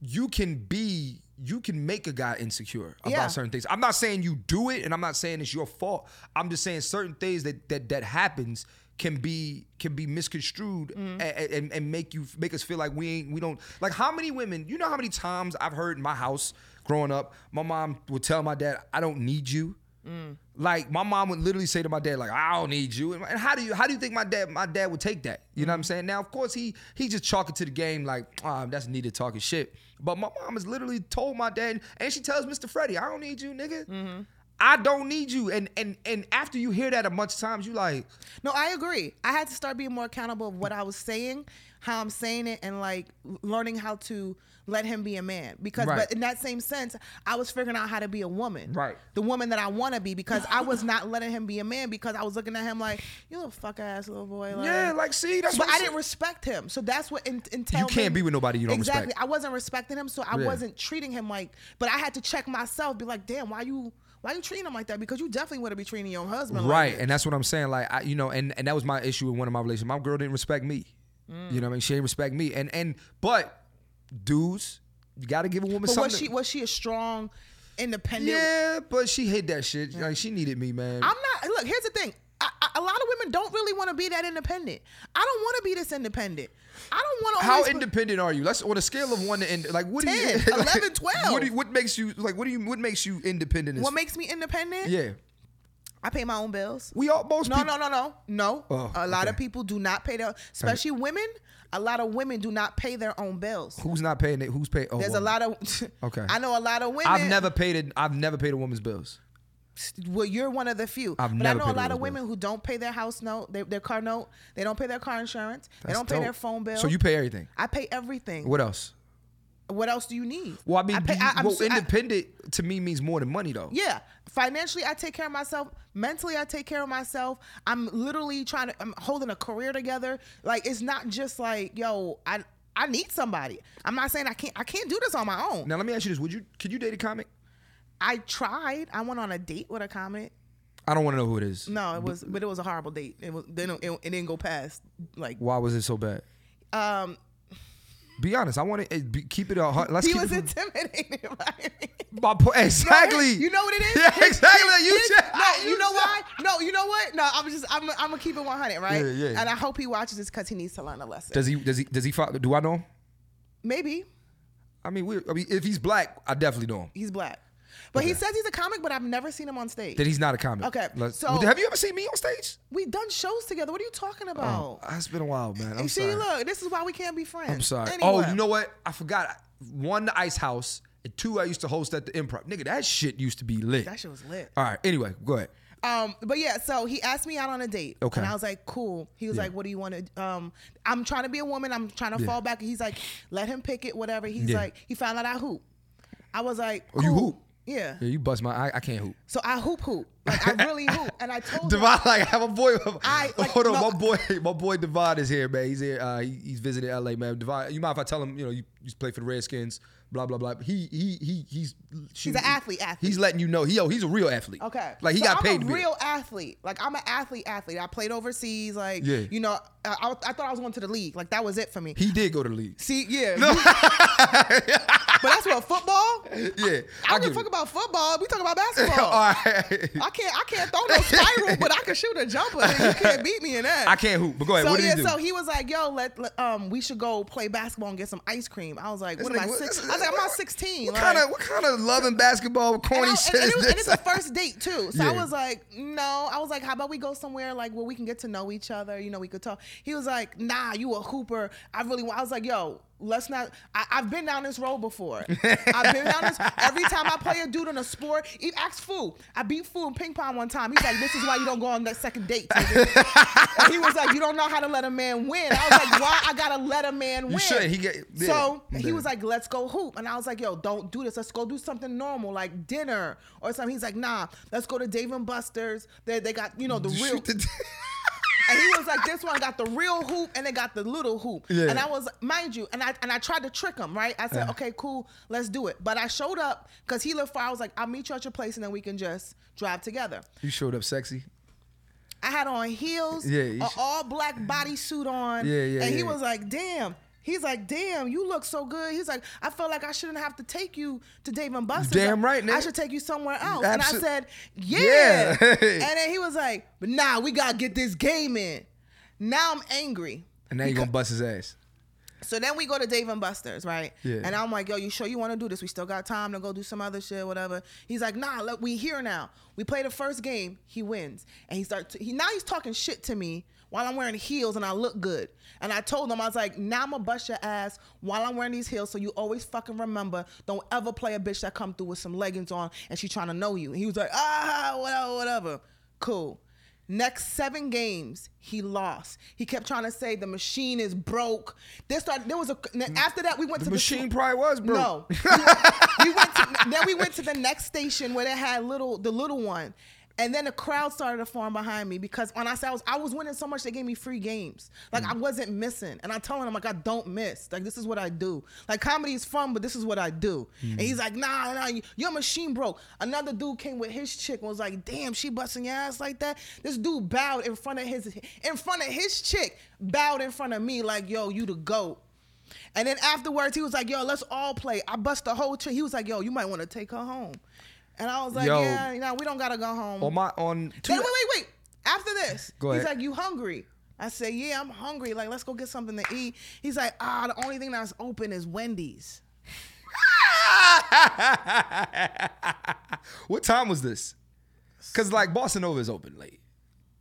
Speaker 2: you can be you can make a guy insecure about
Speaker 3: Yeah.
Speaker 2: certain things. I'm not saying you do it, and I'm not saying it's your fault. I'm just saying certain things that that that happens can be can be misconstrued a- a- and, and make you make us feel like we ain't we don't like how many women you know how many times I've heard in my house growing up, my mom would tell my dad, "I don't need you." Mm. Like my mom would literally say to my dad, "Like I don't need you." And, and how do you how do you think my dad my dad would take that? You know what I'm saying? Now, of course, he he just chalk it to the game, like ah, that's needed talking shit. But my mom has literally told my dad, and she tells Mr. Freddie, "I don't need you, nigga."
Speaker 3: Mm-hmm.
Speaker 2: I don't need you, and and and after you hear that a bunch of times, you like,
Speaker 3: No, I agree. I had to start being more accountable of what I was saying, how I'm saying it, and like learning how to let him be a man. Because,
Speaker 2: Right.
Speaker 3: but in that same sense, I was figuring out how to be a woman,
Speaker 2: Right.
Speaker 3: The woman that I want to be, because I was not letting him be a man because I was looking at him like, you little fuck ass little boy. Like,
Speaker 2: yeah, like see, that's
Speaker 3: but I
Speaker 2: what I'm
Speaker 3: didn't
Speaker 2: saying.
Speaker 3: respect him, so that's what in, entailed.
Speaker 2: You can't
Speaker 3: him-
Speaker 2: be with nobody you don't
Speaker 3: exactly.
Speaker 2: respect.
Speaker 3: I wasn't respecting him, so I
Speaker 2: Yeah.
Speaker 3: wasn't treating him like. But I had to check myself, be like, damn, why you, why you treating him like that? Because you definitely would have be treating your husband, like
Speaker 2: right
Speaker 3: that.
Speaker 2: and that's what i'm saying like i you know and and that was my issue in one of my relationships my girl didn't respect me
Speaker 3: Mm.
Speaker 2: you know what i mean she didn't respect me and and but dudes you gotta give a woman
Speaker 3: But
Speaker 2: something
Speaker 3: was she was she a strong, independent?
Speaker 2: yeah but she hid that shit like she needed me man
Speaker 3: I'm not. Look, here's the thing. I, I, a lot of women don't really want to be that independent. I don't want to be this independent. I don't want to.
Speaker 2: how independent are you? Let's on a scale of one to end, like what do you
Speaker 3: 10, 11, 12.
Speaker 2: What, do you, what makes you like? What do you? What makes you independent? as-
Speaker 3: What makes me independent?
Speaker 2: yeah,
Speaker 3: I pay my own bills.
Speaker 2: we all most
Speaker 3: No, no,
Speaker 2: people,
Speaker 3: no, no, no.
Speaker 2: Oh,
Speaker 3: a lot of
Speaker 2: okay.
Speaker 3: people do not pay their, especially women. A lot of women do not pay their own bills.
Speaker 2: Who's not paying it? Who's paying? Oh,
Speaker 3: There's a
Speaker 2: woman.
Speaker 3: lot of.
Speaker 2: Okay.
Speaker 3: I know a lot of women.
Speaker 2: I've never paid it. I've never paid a woman's bills.
Speaker 3: Well, you're one of the few.
Speaker 2: I've
Speaker 3: but
Speaker 2: never
Speaker 3: I know
Speaker 2: paid
Speaker 3: a lot
Speaker 2: those
Speaker 3: of women who don't pay their house note, their, their car note. They don't pay their car insurance. they
Speaker 2: That's
Speaker 3: don't pay their
Speaker 2: dope.
Speaker 3: phone bill.
Speaker 2: So you pay everything.
Speaker 3: I pay everything.
Speaker 2: What else?
Speaker 3: What else do you need?
Speaker 2: Well, I mean,
Speaker 3: pay-
Speaker 2: do you-
Speaker 3: I- I'm
Speaker 2: well,
Speaker 3: so- I-
Speaker 2: independent to me means more than money, though.
Speaker 3: yeah, financially, I take care of myself. Mentally, I take care of myself. I'm literally trying to. I'm holding a career together. Like it's not just like yo, I I need somebody. I'm not saying I can't. I can't do this on my own.
Speaker 2: Now, let me ask you this: Would you? Could you date a comic?
Speaker 3: I tried. I went on a date with a comic.
Speaker 2: I don't want to know who it is.
Speaker 3: No, it was, but it was a horrible date. It was. They don't, it, it didn't go past. Like,
Speaker 2: Why was it so bad?
Speaker 3: um,
Speaker 2: Be honest. I want to be, keep it. A, let's
Speaker 3: he
Speaker 2: keep
Speaker 3: was
Speaker 2: it.
Speaker 3: intimidated by me.
Speaker 2: my po- exactly.
Speaker 3: You know what it is?
Speaker 2: Yeah, exactly. You
Speaker 3: His-
Speaker 2: said.
Speaker 3: no, you know why? No, you know what? No, I'm just I'm I'm gonna keep it 100, right?
Speaker 2: Yeah, yeah.
Speaker 3: And I hope he watches this because he needs to learn a lesson.
Speaker 2: Does he? Does he? Does he? fo- Do I know? Him?
Speaker 3: Maybe
Speaker 2: I mean, we. I mean, if he's black, I definitely know him.
Speaker 3: he's black, but he says he's a comic, but I've never seen him on stage.
Speaker 2: Then he's not a comic.
Speaker 3: Okay,
Speaker 2: Let's-
Speaker 3: so-
Speaker 2: have you ever seen me on stage?
Speaker 3: We've done shows together. What are you talking about?
Speaker 2: Uh, it's been a while, man. Oh, I'm
Speaker 3: you see,
Speaker 2: sorry.
Speaker 3: look, this is why we can't be friends.
Speaker 2: I'm sorry.
Speaker 3: Anyway.
Speaker 2: Oh, you know what? I forgot. One, the Ice House, and two, I used to host at the Improv. Nigga, that shit used to be lit.
Speaker 3: that shit was lit.
Speaker 2: All right. Anyway, go ahead.
Speaker 3: Um, but yeah, so he asked me out on a date.
Speaker 2: Okay.
Speaker 3: And I was like, cool. He was like, what do you want to, um, I'm trying to be a woman. I'm trying to fall back. He's like, let him pick it, whatever. He's
Speaker 2: Yeah.
Speaker 3: like, he found out I hoop. I was like,
Speaker 2: Oh, you
Speaker 3: cool.
Speaker 2: hoop?
Speaker 3: Yeah.
Speaker 2: Yeah, you bust my. I, I can't hoop.
Speaker 3: So I hoop hoop. Like, I really hoop. And I told him,
Speaker 2: Devon, like, I have a boy.
Speaker 3: I- like,
Speaker 2: hold on,
Speaker 3: no-
Speaker 2: my boy, my boy Devon is here, man. He's here. Uh, he, he's visiting LA, man. Devon, you mind if I tell him? You know, you used to play for the Redskins. Blah blah blah. He he he he's
Speaker 3: an athlete, athlete.
Speaker 2: He's letting you know. He, yo, he's a real athlete.
Speaker 3: okay.
Speaker 2: Like he
Speaker 3: So
Speaker 2: got
Speaker 3: I'm
Speaker 2: paid. to
Speaker 3: a
Speaker 2: be-
Speaker 3: real athlete. Like I'm an athlete athlete. I played overseas. Like,
Speaker 2: Yeah.
Speaker 3: you know, I, I, I thought I was going to the league. Like that was it for me.
Speaker 2: He did go to the league.
Speaker 3: See, yeah. you- but that's what football.
Speaker 2: Yeah,
Speaker 3: I don't give
Speaker 2: give
Speaker 3: a fuck
Speaker 2: it. Oh,
Speaker 3: about football. We talking about basketball.
Speaker 2: All right.
Speaker 3: I can't I can't throw no spiral, but I can shoot a jumper. and You can't beat me in that.
Speaker 2: I can't hoop. But go ahead.
Speaker 3: So
Speaker 2: what did
Speaker 3: yeah,
Speaker 2: he do?
Speaker 3: so he was like, "Yo, let, let- um, we should go play basketball and get some ice cream." I was like, "What am I?
Speaker 2: Like, what-
Speaker 3: Six? I was like, "I'm not 16."
Speaker 2: What
Speaker 3: like-
Speaker 2: kind of what kind of love and basketball
Speaker 3: and,
Speaker 2: corny
Speaker 3: I-
Speaker 2: shit
Speaker 3: and- and
Speaker 2: is
Speaker 3: it was,
Speaker 2: this?
Speaker 3: and it's a first date too, so I
Speaker 2: Yeah.
Speaker 3: was like, "No." I was like, "How about we go somewhere like where we can get to know each other? You know, we could talk." He was like, "Nah, you a hooper. I really." Want. I was like, "Yo." Let's not. I, I've been down this road before. I've been down this every time I play a dude in a sport. He asked Foo. I beat Foo in ping pong one time. He's like, "This is why you don't go on that second date." nigga." and he was like, "You don't know how to let a man win." I was like, "Why I gotta let a man win?"
Speaker 2: shouldn't. He get- yeah.
Speaker 3: so he
Speaker 2: Yeah.
Speaker 3: was like like, let's go hoop. And I was like, yo, don't do this. Let's go do something normal, like dinner or something. He's like, nah, let's go to Dave and Buster's. They, they got, you know, the real.
Speaker 2: Shoot the-
Speaker 3: and he was like, this one got the real hoop and they got the little hoop.
Speaker 2: Yeah.
Speaker 3: And I was, mind you, and I and I tried to trick him, right? I said, okay, cool, let's do it. But I showed up because he lived far. I was like, I'll meet you at your place and then we can just drive together.
Speaker 2: you showed up sexy.
Speaker 3: I had on heels,
Speaker 2: Yeah, you
Speaker 3: an
Speaker 2: sh-
Speaker 3: all black bodysuit on.
Speaker 2: Yeah, yeah,
Speaker 3: And he
Speaker 2: yeah.
Speaker 3: was like, damn. He's like, damn, you look so good. He's like, I feel like I shouldn't have to take you to Dave and Buster's.
Speaker 2: Damn right,
Speaker 3: I
Speaker 2: nigga.
Speaker 3: should take you somewhere else.
Speaker 2: Absol-
Speaker 3: and I said, yeah.
Speaker 2: Yeah.
Speaker 3: and then he was like, but nah, we gotta get this game in. Now I'm angry.
Speaker 2: And now you gonna bust his ass.
Speaker 3: So then we go to Dave and Buster's, right?
Speaker 2: Yeah.
Speaker 3: And I'm like, yo, you sure you want to do this? We still got time to go do some other shit, whatever. He's like, nah, look, we here now. We play the first game, he wins, and he starts. He now he's talking shit to me while I'm wearing heels and I look good. And I told him I was like, now I'm gonna bust your ass while I'm wearing these heels, so you always fucking remember, don't ever play a bitch that come through with some leggings on and she trying to know you. And he was like, ah, whatever, whatever. Cool. Next seven games, he lost. He kept trying to say the machine is broke. There started there was a and then after that we went
Speaker 2: The
Speaker 3: to
Speaker 2: machine
Speaker 3: the
Speaker 2: probably was, bro.
Speaker 3: No, we went, we went to, then we went to the next station where they had little the little one, and then the crowd started to form behind me because when I said I was I was winning so much they gave me free games like
Speaker 2: Mm.
Speaker 3: I wasn't missing and I'm telling him like I don't miss like this is what I do like comedy is fun but this is what I do and
Speaker 2: Mm.
Speaker 3: he's like nah nah you, your machine broke another dude came with his chick and was like damn she busting your ass like that this dude bowed in front of his in front of his chick bowed in front of me like yo you the goat. And then afterwards, he was like, "Yo, let's all play." I bust the whole tree. He was like, "Yo, you might want to take her home," and I was like,
Speaker 2: Yo.
Speaker 3: "Yeah, you know, we don't gotta go home."
Speaker 2: On my on two,
Speaker 3: Then, wait, wait, wait. After this,
Speaker 2: Go
Speaker 3: he's
Speaker 2: ahead.
Speaker 3: like, "You hungry?" I said, "Yeah, I'm hungry. Like, let's go get something to eat." He's like, "Ah, the only thing that's open is Wendy's."
Speaker 2: what time was this? Cause like Boston Nova is open late.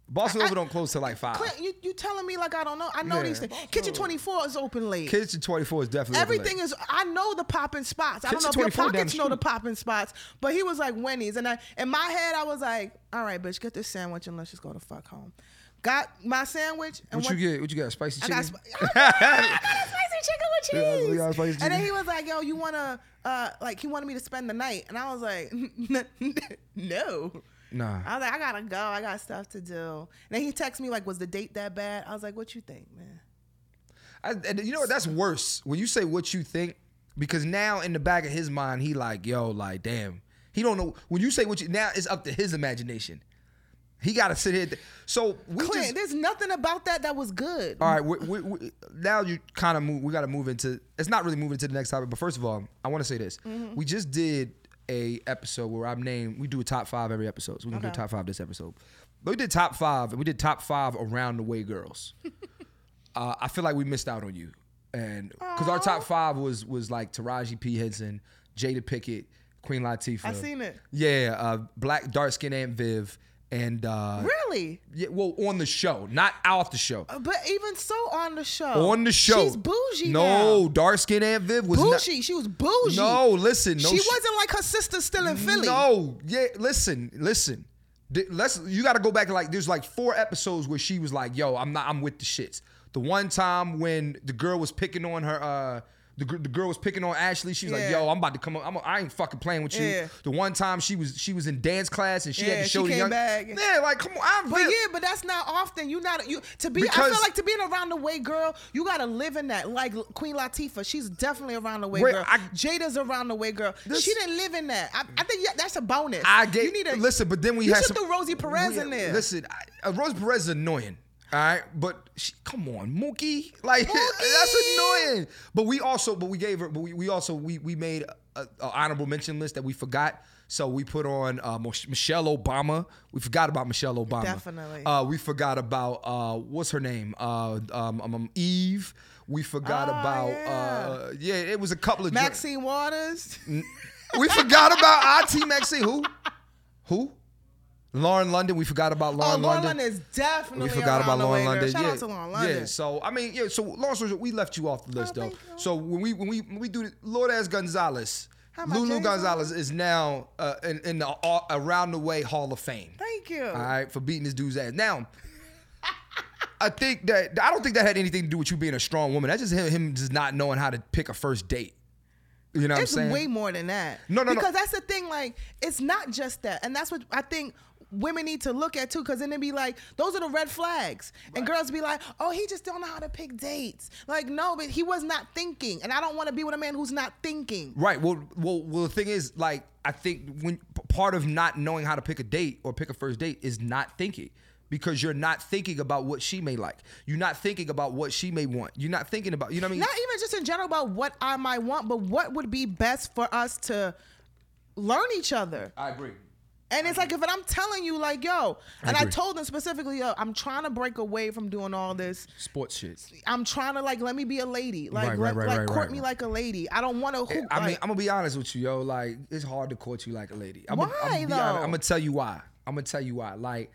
Speaker 2: Boston Nova
Speaker 3: I-
Speaker 2: don't close till like five.
Speaker 3: Clint, you you telling me like I don't know? I know
Speaker 2: Ah. Yeah.
Speaker 3: these things. Kitchen 24 is open late.
Speaker 2: Kitchen twenty four is definitely
Speaker 3: Everything
Speaker 2: open late.
Speaker 3: is. I know the popping spots. I don't know if
Speaker 2: Kitchen
Speaker 3: your
Speaker 2: 24 down
Speaker 3: pockets
Speaker 2: the
Speaker 3: know the
Speaker 2: street.
Speaker 3: popping spots, but he was like Wendy's, and I in my head I was like, "All right, bitch, get this sandwich and let's just go to fuck home." Got my sandwich and
Speaker 2: What you get? What you got? Spicy
Speaker 3: I
Speaker 2: chicken.
Speaker 3: got, sp- I got a spicy
Speaker 2: Yeah,
Speaker 3: chicken
Speaker 2: we
Speaker 3: with cheese.
Speaker 2: got spicy
Speaker 3: And then
Speaker 2: chicken.
Speaker 3: he was like, "Yo, you wanna uh, like?" He wanted me to spend the night, and I was like, "No."
Speaker 2: nah.
Speaker 3: I was like, "I gotta go. I got stuff to do." And then he texted me like, "Was the date that bad?" I was like, "What you think, man?"
Speaker 2: I, and you know what? That's worse when you say what you think, because now in the back of his mind, he like, yo, like, damn, he don't know. When you say what you now, it's up to his imagination. He got to sit here. th- so we
Speaker 3: Clint,
Speaker 2: just Oh,
Speaker 3: there's nothing about that that was good.
Speaker 2: all right. We, we, we, now you kind of move. We got to move into. It's not really moving to the next topic, but first of all, I want to say this.
Speaker 3: Mm-hmm.
Speaker 2: We just did a episode where I'm named. We do a top five every episode. So we're gonna do a top five this episode. But we did top five, and we did top five around the way girls. uh, I feel like we missed out on you, and because our top five was was like Taraji P Henson, Jada Pickett, Queen Latifah.
Speaker 3: I seen it.
Speaker 2: Yeah, uh, black dark skinned Aunt Viv, and uh,
Speaker 3: Really? Oh,
Speaker 2: yeah, well on the show, not off the show.
Speaker 3: But even so, on the show.
Speaker 2: on the show.
Speaker 3: Oh, She's bougie.
Speaker 2: No,
Speaker 3: now.
Speaker 2: dark skinned Aunt Viv was not-
Speaker 3: bougie. she was bougie.
Speaker 2: No, listen, no.
Speaker 3: she
Speaker 2: sh-
Speaker 3: wasn't like her sister still in Philly.
Speaker 2: No, yeah, listen, listen. Th- Let's you got to go back like there's like four episodes where she was like, "Yo, I'm not, I'm with the shits." The one time when the girl was picking on her, uh, the, gr- the girl was picking on Ashley. She was like,
Speaker 3: Yeah.
Speaker 2: "Yo, I'm about to come up. I'm, I ain't fucking playing with you."
Speaker 3: Yeah.
Speaker 2: The one time she was she was in dance class and she had
Speaker 3: Yeah,
Speaker 2: to
Speaker 3: she
Speaker 2: show the
Speaker 3: came
Speaker 2: young.
Speaker 3: back.
Speaker 2: Yeah, like come on, I'm
Speaker 3: But yeah, but that's not often. You not you to be. I
Speaker 2: Because-
Speaker 3: feel like to be an around the way girl, you gotta live in that. Like Queen Latifah, she's definitely around the way
Speaker 2: Wait,
Speaker 3: girl.
Speaker 2: I-
Speaker 3: Jada's around the way girl.
Speaker 2: This-
Speaker 3: she didn't live in that. I, I think yeah, that's a bonus.
Speaker 2: I get.
Speaker 3: you need a
Speaker 2: listen, but then we
Speaker 3: you
Speaker 2: had
Speaker 3: should
Speaker 2: some.
Speaker 3: throw Rosie Perez
Speaker 2: we-
Speaker 3: in there.
Speaker 2: Listen, I, uh, Rosie Perez is annoying. All right, but she, come on, Mookie, like that's
Speaker 3: Mookie!
Speaker 2: annoying. But we also, but we gave her, but we, we also we we made a, a honorable mention list that we forgot. So we put on uh, Mich- Michelle Obama. We forgot about Michelle Obama.
Speaker 3: Definitely.
Speaker 2: Uh, we forgot about uh, what's her name? Uh, um, um, um, Eve. We forgot
Speaker 3: Ah,
Speaker 2: about
Speaker 3: yeah.
Speaker 2: uh, yeah. It was a couple of dr-
Speaker 3: Maxine Waters.
Speaker 2: we forgot about IT Maxine. Who? Who? Lauren London. We forgot about
Speaker 3: Oh,
Speaker 2: Lauren
Speaker 3: Lauren
Speaker 2: London.
Speaker 3: London is definitely
Speaker 2: we
Speaker 3: around
Speaker 2: forgot about
Speaker 3: the
Speaker 2: Lauren
Speaker 3: way
Speaker 2: London.
Speaker 3: Girl. Shout
Speaker 2: yeah.
Speaker 3: out to Lauren London.
Speaker 2: Yeah. So I mean, yeah. So long story short, we left you off the list though.
Speaker 3: Oh, thank you.
Speaker 2: So when we when we when we do Lourdes Gonzalez,
Speaker 3: How about
Speaker 2: Lulu
Speaker 3: Jay-Z?
Speaker 2: Gonzalez is now uh, in, in the all, around the way Hall of Fame.
Speaker 3: Thank you.
Speaker 2: All right, for beating this dude's ass. Now, I think that I don't think that had anything to do with you being a strong woman. That's just him, him just not knowing how to pick a first date. You know what
Speaker 3: it's
Speaker 2: I'm saying?
Speaker 3: way more than that.
Speaker 2: No, no, no.
Speaker 3: because that's the thing. Like, it's not just that, and that's what I think women need to look at too. Because then they be like, those are the red flags, and girls be like, oh, he just don't know how to pick dates. Like, no, but he was not thinking, and I don't want to be with a man who's not thinking.
Speaker 2: Right. Well, well, well. The thing is, like, I think when p- part of not knowing how to pick a date or pick a first date is not thinking, because you're not thinking about what she may like. You're not thinking about what she may want. You're not thinking about. You know what I mean?
Speaker 3: Not e- even just in general about what I might want, but what would be best for us to learn each other.
Speaker 2: I agree.
Speaker 3: And it's like if I'm telling you, like, yo, and I,
Speaker 2: agree.
Speaker 3: told them specifically, yo, I'm trying to break away from doing all this.
Speaker 2: Sports shit.
Speaker 3: I'm trying to like let me be a lady, like
Speaker 2: Right,
Speaker 3: let,
Speaker 2: right, right,
Speaker 3: like
Speaker 2: right,
Speaker 3: court
Speaker 2: right. Eh,
Speaker 3: me like a lady. I don't want to. hoop.
Speaker 2: I mean,
Speaker 3: like-
Speaker 2: I'm gonna be honest with you, yo. Like, it's hard to court you like a lady. I'm
Speaker 3: Why,
Speaker 2: I'm
Speaker 3: though?
Speaker 2: I'm gonna tell you why. I'm gonna tell you why. Like,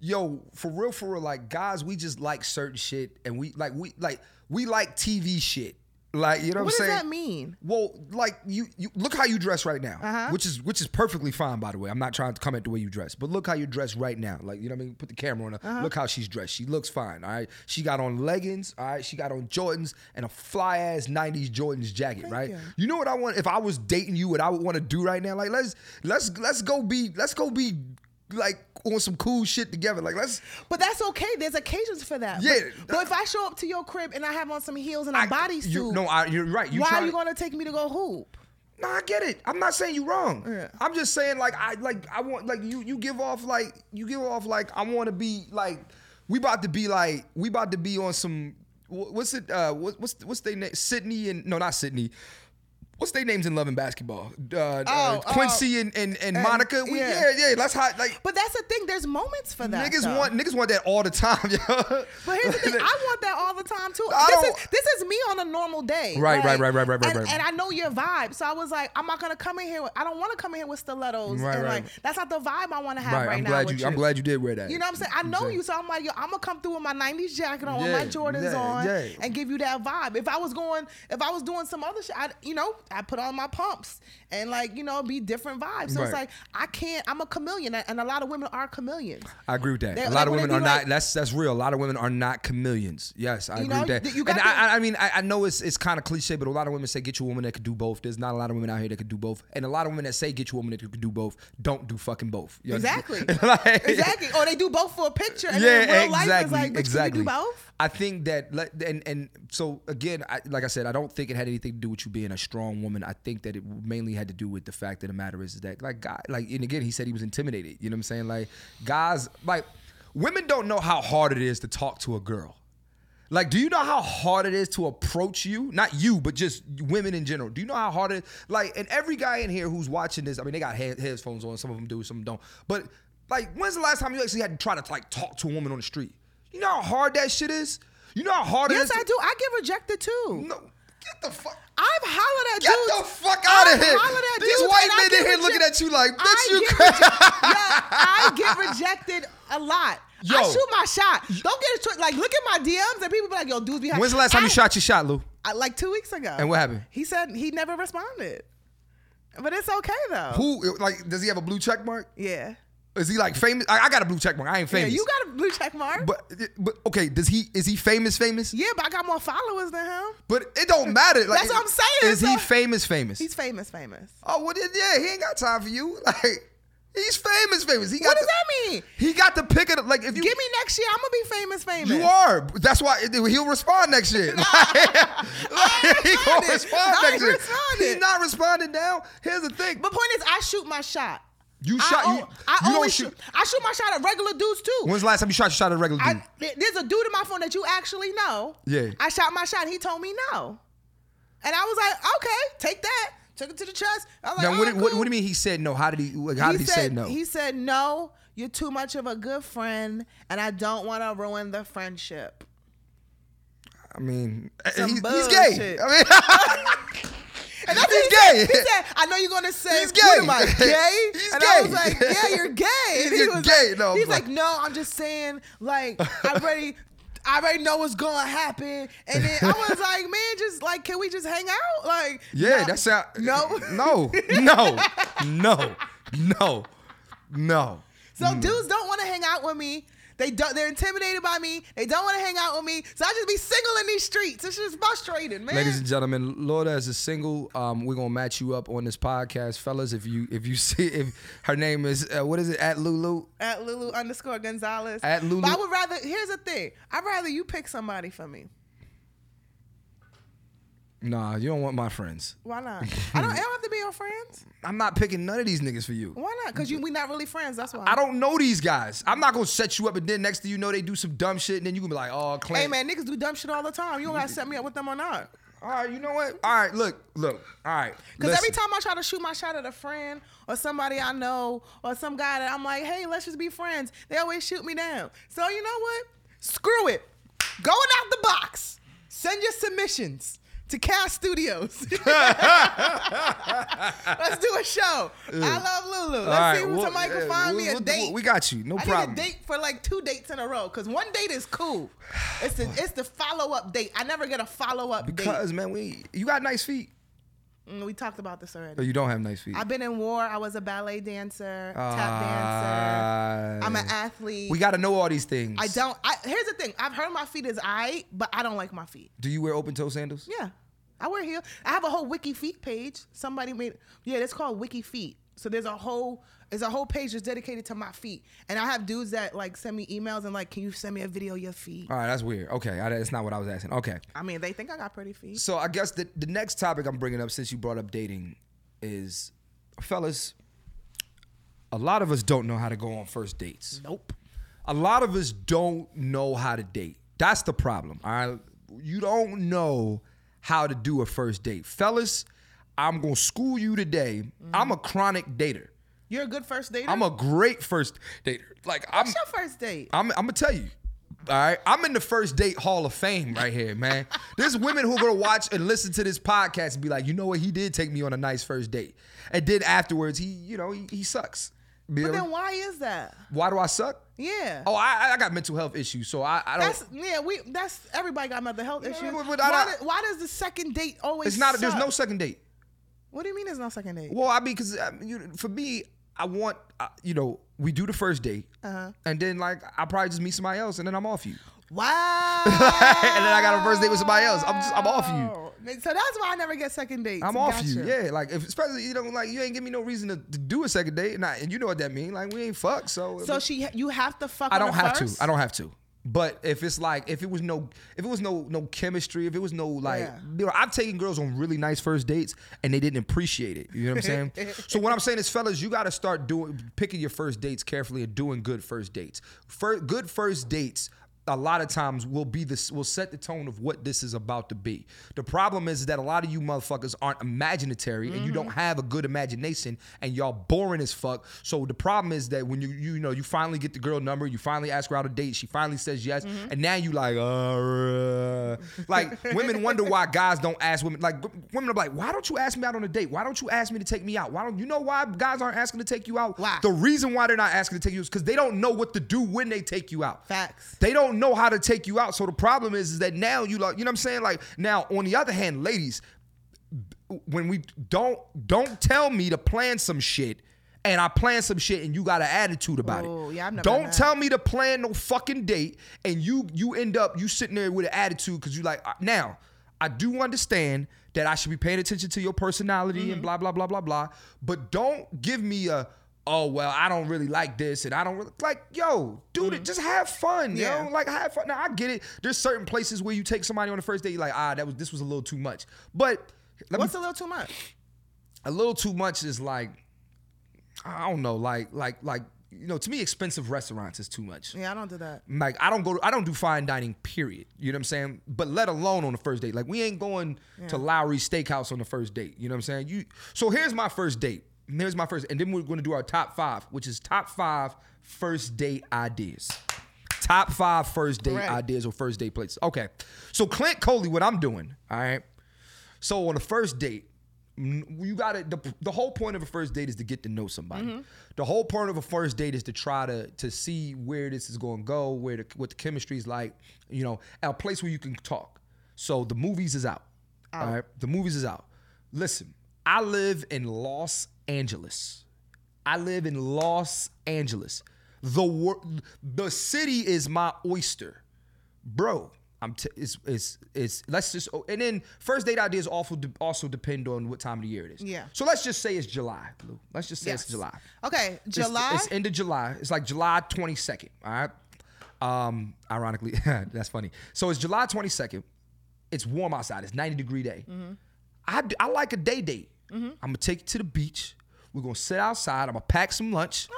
Speaker 2: yo, for real, for real. Like, guys, we just like certain shit, and we like we like we like TV shit. Like, you know what,
Speaker 3: what
Speaker 2: I'm
Speaker 3: does
Speaker 2: saying?
Speaker 3: that mean?
Speaker 2: Well, like you, you look how you dress right now,
Speaker 3: Uh-huh.
Speaker 2: which is which is perfectly fine, by the way. I'm not trying to comment the way you dress, but look how you're dressed right now. Like you know what I mean? Put the camera on her.
Speaker 3: Uh-huh.
Speaker 2: Look how she's dressed. She looks fine. All right. She got on leggings. All right. She got on Jordans and a fly ass '90s Jordans jacket. right.
Speaker 3: you.
Speaker 2: You know what I want? If I was dating you, what I would want to do right now? Like let's let's let's go be let's go be like on some cool shit together. Like let's
Speaker 3: But that's okay. There's occasions for that.
Speaker 2: Yeah.
Speaker 3: But, but if I show up to your crib and I have on some heels and a
Speaker 2: I-
Speaker 3: bodysuit,
Speaker 2: You, no, I, you're right. You
Speaker 3: why
Speaker 2: try
Speaker 3: are you
Speaker 2: to-
Speaker 3: gonna take me to go hoop?
Speaker 2: No, I get it. I'm not saying you wrong.
Speaker 3: Yeah.
Speaker 2: I'm just saying like I like I want like you you give off like you give off like I want to be like we about to be like we about to be on some wh- what's it uh what, what's what's they name Sydney and no not Sydney. What's their names in Love and Basketball? Uh, uh,
Speaker 3: Oh,
Speaker 2: Quincy and, and, and Monica. We, yeah.
Speaker 3: yeah.
Speaker 2: yeah, That's how like
Speaker 3: But that's the thing. There's moments for that.
Speaker 2: niggas
Speaker 3: though.
Speaker 2: want niggas want that all the time, yo.
Speaker 3: But here's the thing, I want that all the time too.
Speaker 2: I
Speaker 3: This
Speaker 2: don't-
Speaker 3: is this is me on a normal day.
Speaker 2: Right,
Speaker 3: like,
Speaker 2: right, right, right, right, right,
Speaker 3: and,
Speaker 2: right.
Speaker 3: And I know your vibe, so I was like, I'm not gonna come in here. With, I don't want to come in here with stilettos.
Speaker 2: Right,
Speaker 3: and
Speaker 2: right.
Speaker 3: like That's not the vibe I want to have
Speaker 2: right,
Speaker 3: right,
Speaker 2: I'm
Speaker 3: now.
Speaker 2: glad
Speaker 3: with
Speaker 2: you, I'm glad you did wear that.
Speaker 3: You know what I'm saying? I know
Speaker 2: saying?
Speaker 3: you, so I'm like, yo, I'm gonna come through with my '90s jacket on,
Speaker 2: Yeah,
Speaker 3: my Jordans
Speaker 2: yeah,
Speaker 3: on,
Speaker 2: yeah.
Speaker 3: and give you that vibe. If I was going, if I was doing some other shit, I, you know, I put on my pumps and like, you know, be different vibes. So it's
Speaker 2: Right.
Speaker 3: like I can't. I'm a chameleon, and a lot of women are chameleons.
Speaker 2: I agree with that.
Speaker 3: They-
Speaker 2: a
Speaker 3: like,
Speaker 2: lot of
Speaker 3: when they
Speaker 2: women
Speaker 3: be
Speaker 2: are
Speaker 3: like-
Speaker 2: not. That's that's real. A lot of women are not chameleons. Yes,
Speaker 3: You
Speaker 2: I agree
Speaker 3: know,
Speaker 2: with that.
Speaker 3: you- you got
Speaker 2: and
Speaker 3: to-
Speaker 2: I, I- I mean, I, I know it's it's kind of cliche, but a lot of women say get you a woman that could do both. There's not a lot of women out here that could do both, and a lot of women that say get you a woman that could do both don't do fucking both. You understand?
Speaker 3: Exactly.
Speaker 2: Like-
Speaker 3: exactly. Or they do both for a picture. And
Speaker 2: yeah,
Speaker 3: then in real
Speaker 2: exactly.
Speaker 3: Life, it's like, bitch,
Speaker 2: exactly.
Speaker 3: Can you do both?
Speaker 2: I think that, like, and and so again, I, like I said, I don't think it had anything to do with you being a strong woman. I think that it mainly had to do with the fact of the matter is that, like, guy, like, and again, he said he was intimidated. You know what I'm saying? Like, guys, like, women don't know how hard it is to talk to a girl. Like, do you know how hard it is to approach you? Not you, but just women in general. Do you know how hard it? Like, and every guy in here who's watching this, I mean, they got head, headphones on. Some of them do, some don't. But like, when's the last time you actually had to try to like talk to a woman on the street? You know how hard that shit is. You know how hard it
Speaker 3: Yes,
Speaker 2: is. to-
Speaker 3: I do. I get rejected too.
Speaker 2: No, get the fuck.
Speaker 3: I've hollered at
Speaker 2: Get
Speaker 3: dudes.
Speaker 2: the fuck out
Speaker 3: I've
Speaker 2: of here!
Speaker 3: hollered at
Speaker 2: These
Speaker 3: dudes
Speaker 2: white
Speaker 3: and I
Speaker 2: men
Speaker 3: get
Speaker 2: in here
Speaker 3: reje-
Speaker 2: looking at you like, bitch,
Speaker 3: I
Speaker 2: you
Speaker 3: get
Speaker 2: crazy.
Speaker 3: reje- yeah, I get rejected a lot. I
Speaker 2: Yo.
Speaker 3: shoot my shot. Don't get it twisted. Like, look at my DMs and people be like, yo, dudes be
Speaker 2: When's the last time
Speaker 3: I-
Speaker 2: you shot your shot, Lou?
Speaker 3: I- Like two weeks ago.
Speaker 2: And what happened?
Speaker 3: He said he never responded. But it's okay though.
Speaker 2: Who like does he have a blue check mark?
Speaker 3: Yeah.
Speaker 2: Is he like famous? I, I got a blue check mark. I ain't
Speaker 3: Yeah,
Speaker 2: famous.
Speaker 3: you got a blue check mark.
Speaker 2: But but okay, does he is he famous famous?
Speaker 3: yeah, but I got more followers than him.
Speaker 2: But it don't matter. Like,
Speaker 3: That's what I'm saying,
Speaker 2: Is he
Speaker 3: so-
Speaker 2: famous famous?
Speaker 3: He's famous, famous.
Speaker 2: oh well, then, yeah, he ain't got time for you. Like he's famous famous. He got
Speaker 3: What
Speaker 2: the,
Speaker 3: does that mean?
Speaker 2: He got the pick of the, like if you
Speaker 3: Give me next year. I'm gonna be famous, famous.
Speaker 2: you are. That's why it- he'll respond next year. Like, like, he gonna
Speaker 3: responded.
Speaker 2: respond
Speaker 3: I
Speaker 2: next
Speaker 3: ain't
Speaker 2: year.
Speaker 3: responded.
Speaker 2: He's not responding now. Here's the thing.
Speaker 3: But point is, I shoot my shot.
Speaker 2: you
Speaker 3: I
Speaker 2: shot.
Speaker 3: o-
Speaker 2: you
Speaker 3: I
Speaker 2: you
Speaker 3: only
Speaker 2: don't
Speaker 3: shoot.
Speaker 2: shoot.
Speaker 3: I shoot my shot at regular dudes too.
Speaker 2: When's the last time you shot your shot at a regular dude?
Speaker 3: I, th- there's a dude in my phone that you actually know.
Speaker 2: Yeah.
Speaker 3: I shot my shot. and He told me no, and I was like, okay, take that. Took it to the chest. I was
Speaker 2: now
Speaker 3: like,
Speaker 2: what,
Speaker 3: all right,
Speaker 2: what,
Speaker 3: cool.
Speaker 2: what do you mean he said no? How did he? Like, how did he say
Speaker 3: said,
Speaker 2: no?
Speaker 3: He said no. You're too much of a good friend, and I don't want to ruin the friendship.
Speaker 2: I mean, eh,
Speaker 3: Some
Speaker 2: he's, he's gay.
Speaker 3: bullshit.
Speaker 2: I mean,
Speaker 3: And that's what
Speaker 2: He's
Speaker 3: he
Speaker 2: gay.
Speaker 3: Said. He said, "I know you're gonna say
Speaker 2: He's
Speaker 3: he's gay. What am I,
Speaker 2: gay.
Speaker 3: gay?"
Speaker 2: He's
Speaker 3: and I was
Speaker 2: gay.
Speaker 3: like, "Yeah, you're gay." And
Speaker 2: You're gay.
Speaker 3: Like,
Speaker 2: No, I'm
Speaker 3: he's
Speaker 2: like-
Speaker 3: like, "No, I'm just saying. Like, I already, I already know what's gonna happen." And then I was like, "Man, just like, can we just hang out?" Like,
Speaker 2: Yeah,
Speaker 3: no,
Speaker 2: that's how.
Speaker 3: no.
Speaker 2: no, no, no, no, no.
Speaker 3: So dudes don't want to hang out with me. They don't. They're intimidated by me. They don't want to hang out with me. So I just be single in these streets. It's just frustrating, man.
Speaker 2: Ladies and gentlemen, Lorda is a single. Um, we're gonna match you up on this podcast, fellas. If you if you see if her name is uh, what is it at Lulu?
Speaker 3: at Lulu underscore Gonzalez.
Speaker 2: At Lulu-
Speaker 3: But I would rather. Here's the thing. I'd rather you pick somebody for me.
Speaker 2: Nah, you don't want my friends.
Speaker 3: Why not? I don't. I don't have to be your friends.
Speaker 2: I'm not picking none of these niggas for you.
Speaker 3: Why not? Because you we not really friends. That's why.
Speaker 2: I don't know these guys. I'm not gonna set you up and then next thing you know they do some dumb shit and then you gonna be like, oh, Clint.
Speaker 3: Hey man, niggas do dumb shit all the time. You don't gotta set me up with them or not.
Speaker 2: All right, you know what? All right, look, look. All right.
Speaker 3: Because every
Speaker 2: listen.
Speaker 3: time I try to shoot my shot at a friend or somebody I know or some guy that I'm like, hey, let's just be friends, they always shoot me down. So you know what? Screw it. Going out the box. Send your submissions to Cast Studios. let's do a show. I love Lulu. Let's
Speaker 2: All right,
Speaker 3: see who
Speaker 2: well,
Speaker 3: somebody
Speaker 2: yeah,
Speaker 3: can find me
Speaker 2: we'll-
Speaker 3: a
Speaker 2: we'll-
Speaker 3: date.
Speaker 2: We got you. No
Speaker 3: I
Speaker 2: problem.
Speaker 3: need a date for like two dates in a row because one date is cool. It's the it's the follow up date. I never get a follow up date.
Speaker 2: Because man, we you got nice feet.
Speaker 3: Mm, We talked about this already.
Speaker 2: Oh, you don't have nice feet.
Speaker 3: I've been in war. I was a ballet dancer, tap dancer.
Speaker 2: Uh,
Speaker 3: I'm an athlete.
Speaker 2: We got to know all these things.
Speaker 3: I don't. I, here's the thing. I've heard my feet is I, but I don't like my feet.
Speaker 2: Do you wear open toe sandals?
Speaker 3: Yeah, I wear heel. I have a whole wiki feet page. Somebody made. Yeah, it's called wiki feet. So there's a whole. There's a whole page just dedicated to my feet, and I have dudes that like send me emails and like, can you send me a video of your feet?
Speaker 2: All right, that's weird. Okay, I, that's not what I was asking. Okay,
Speaker 3: I mean, they think I got pretty feet.
Speaker 2: so I guess the the next topic I'm bringing up, since you brought up dating, is, fellas, a lot of us don't know how to go on first dates.
Speaker 3: Nope.
Speaker 2: A lot of us don't know how to date. That's the problem. All right. You don't know how to do a first date. Fellas, I'm going to school you today. I'm a chronic dater.
Speaker 3: You're a good first dater.
Speaker 2: I'm a great first dater. Like I'm
Speaker 3: What's your first date?
Speaker 2: I'm I'm gonna tell you. All right, I'm in the first date hall of fame right here, man. There's women who are gonna watch and listen to this podcast and be like, you know what, he did take me on a nice first date, and then afterwards he, you know, he, he sucks. You
Speaker 3: But
Speaker 2: know?
Speaker 3: then why is that?
Speaker 2: why do I suck?
Speaker 3: Yeah.
Speaker 2: Oh, I, I got mental health issues, so I, I don't.
Speaker 3: That's yeah. We that's everybody got mental health issues.
Speaker 2: but-
Speaker 3: Why,
Speaker 2: but I don't-
Speaker 3: do- why does the second date always?
Speaker 2: it's not. There's
Speaker 3: suck?
Speaker 2: no second date.
Speaker 3: What do you mean there's no second date?
Speaker 2: Well, I mean, because I mean, you- for me, I want, uh, you know, we do the first date,
Speaker 3: Uh-huh.
Speaker 2: and then like I probably just meet somebody else, and then I'm off you.
Speaker 3: Wow.
Speaker 2: And then I got a first date with somebody else. I'm just- I'm off you.
Speaker 3: So that's why I never get second dates.
Speaker 2: I'm off you,
Speaker 3: Gotcha.
Speaker 2: yeah. Like, if, especially you know, like you ain't give me no reason to, to do a second date, and I, and you know what that means. Like, we ain't fucked, so
Speaker 3: So she, you have to fuck.
Speaker 2: I
Speaker 3: on
Speaker 2: don't
Speaker 3: the
Speaker 2: have
Speaker 3: first?
Speaker 2: to. I don't have to. But if it's like if it was no if it was no no chemistry, if it was no like
Speaker 3: Yeah.
Speaker 2: you know, I've taken girls on really nice first dates and they didn't appreciate it. You know what I'm saying? so what I'm saying is, fellas, you got to start doing picking your first dates carefully and doing good first dates. Fir good first dates a lot of times will be this will set the tone of what this is about to be. The problem is that a lot of you motherfuckers aren't imaginatory
Speaker 3: Mm-hmm.
Speaker 2: and you don't have a good imagination and y'all boring as fuck. So the problem is that when you you know you finally get the girl number, you finally ask her out a date, she finally says yes, and now you like uh, like women wonder why guys don't ask women like women are like why don't you ask me out on a date? Why don't you ask me to take me out? Why don't you know why guys aren't asking to take you out?
Speaker 3: Why?
Speaker 2: The reason why they're not asking to take you is because they don't know what to do when they take you out.
Speaker 3: Facts.
Speaker 2: They don't know how to take you out. So the problem is, is that now you like, you know what I'm saying? Like now, on the other hand, ladies, when we don't don't tell me to plan some shit. And I plan some shit, and you got an attitude about
Speaker 3: Ooh,
Speaker 2: it.
Speaker 3: yeah, I've never done
Speaker 2: Don't
Speaker 3: that.
Speaker 2: tell me to plan no fucking date, and you you end up you sitting there with an attitude because you like "Uh, now. I do understand that I should be paying attention to your personality
Speaker 3: Mm-hmm.
Speaker 2: and blah blah blah blah blah, but don't give me a oh well I don't really like this and I don't really like yo dude just have fun
Speaker 3: Mm-hmm. Yeah.
Speaker 2: yo like have fun now I get it there's certain places where you take somebody on the first date you're like ah that was this was a little too much but let me
Speaker 3: What's a little too much?
Speaker 2: a little too much is like I don't know, like like like you know, to me expensive restaurants is too much.
Speaker 3: Yeah, I don't do that.
Speaker 2: Like I don't go to, I don't do fine dining period. You know what I'm saying? But let alone on the first date. Like we ain't going to Lowry Steakhouse on the first date. You know what I'm saying? You so here's my first date. And Here's my first and then we're going to do our top 5, which is top 5 first date ideas. Top 5 first date
Speaker 3: Correct.
Speaker 2: ideas or first date places. Okay. So Clint Coley what I'm doing, all right? So on the first date, n- you got to the, the whole point of a first date is to get to know somebody. The whole point of a first date is to try to to see where this is going to go, where the, what the chemistry is like, you know, at a place where you can talk. So the movies is out. All right, the movies is out. Listen, I live in Los Angeles. I live in Los Angeles. The wor- the city is my oyster bro, I'm t- it's it's it's let's just oh, and then first date ideas also de- also depend on what time of the year it is.
Speaker 3: Yeah.
Speaker 2: So let's just say it's July, Lou. Let's just say
Speaker 3: Yes.
Speaker 2: it's July.
Speaker 3: Okay,
Speaker 2: It's-
Speaker 3: July.
Speaker 2: It's, end of July. It's like July 22nd. All right. Um, ironically, that's funny. So it's July 22nd. It's warm outside. It's 90 degree day.
Speaker 3: Mm-hmm.
Speaker 2: I, d- I like a day date. I'm gonna take you to the beach. We're gonna sit outside.
Speaker 3: Oh,
Speaker 2: I'm gonna pack some lunch.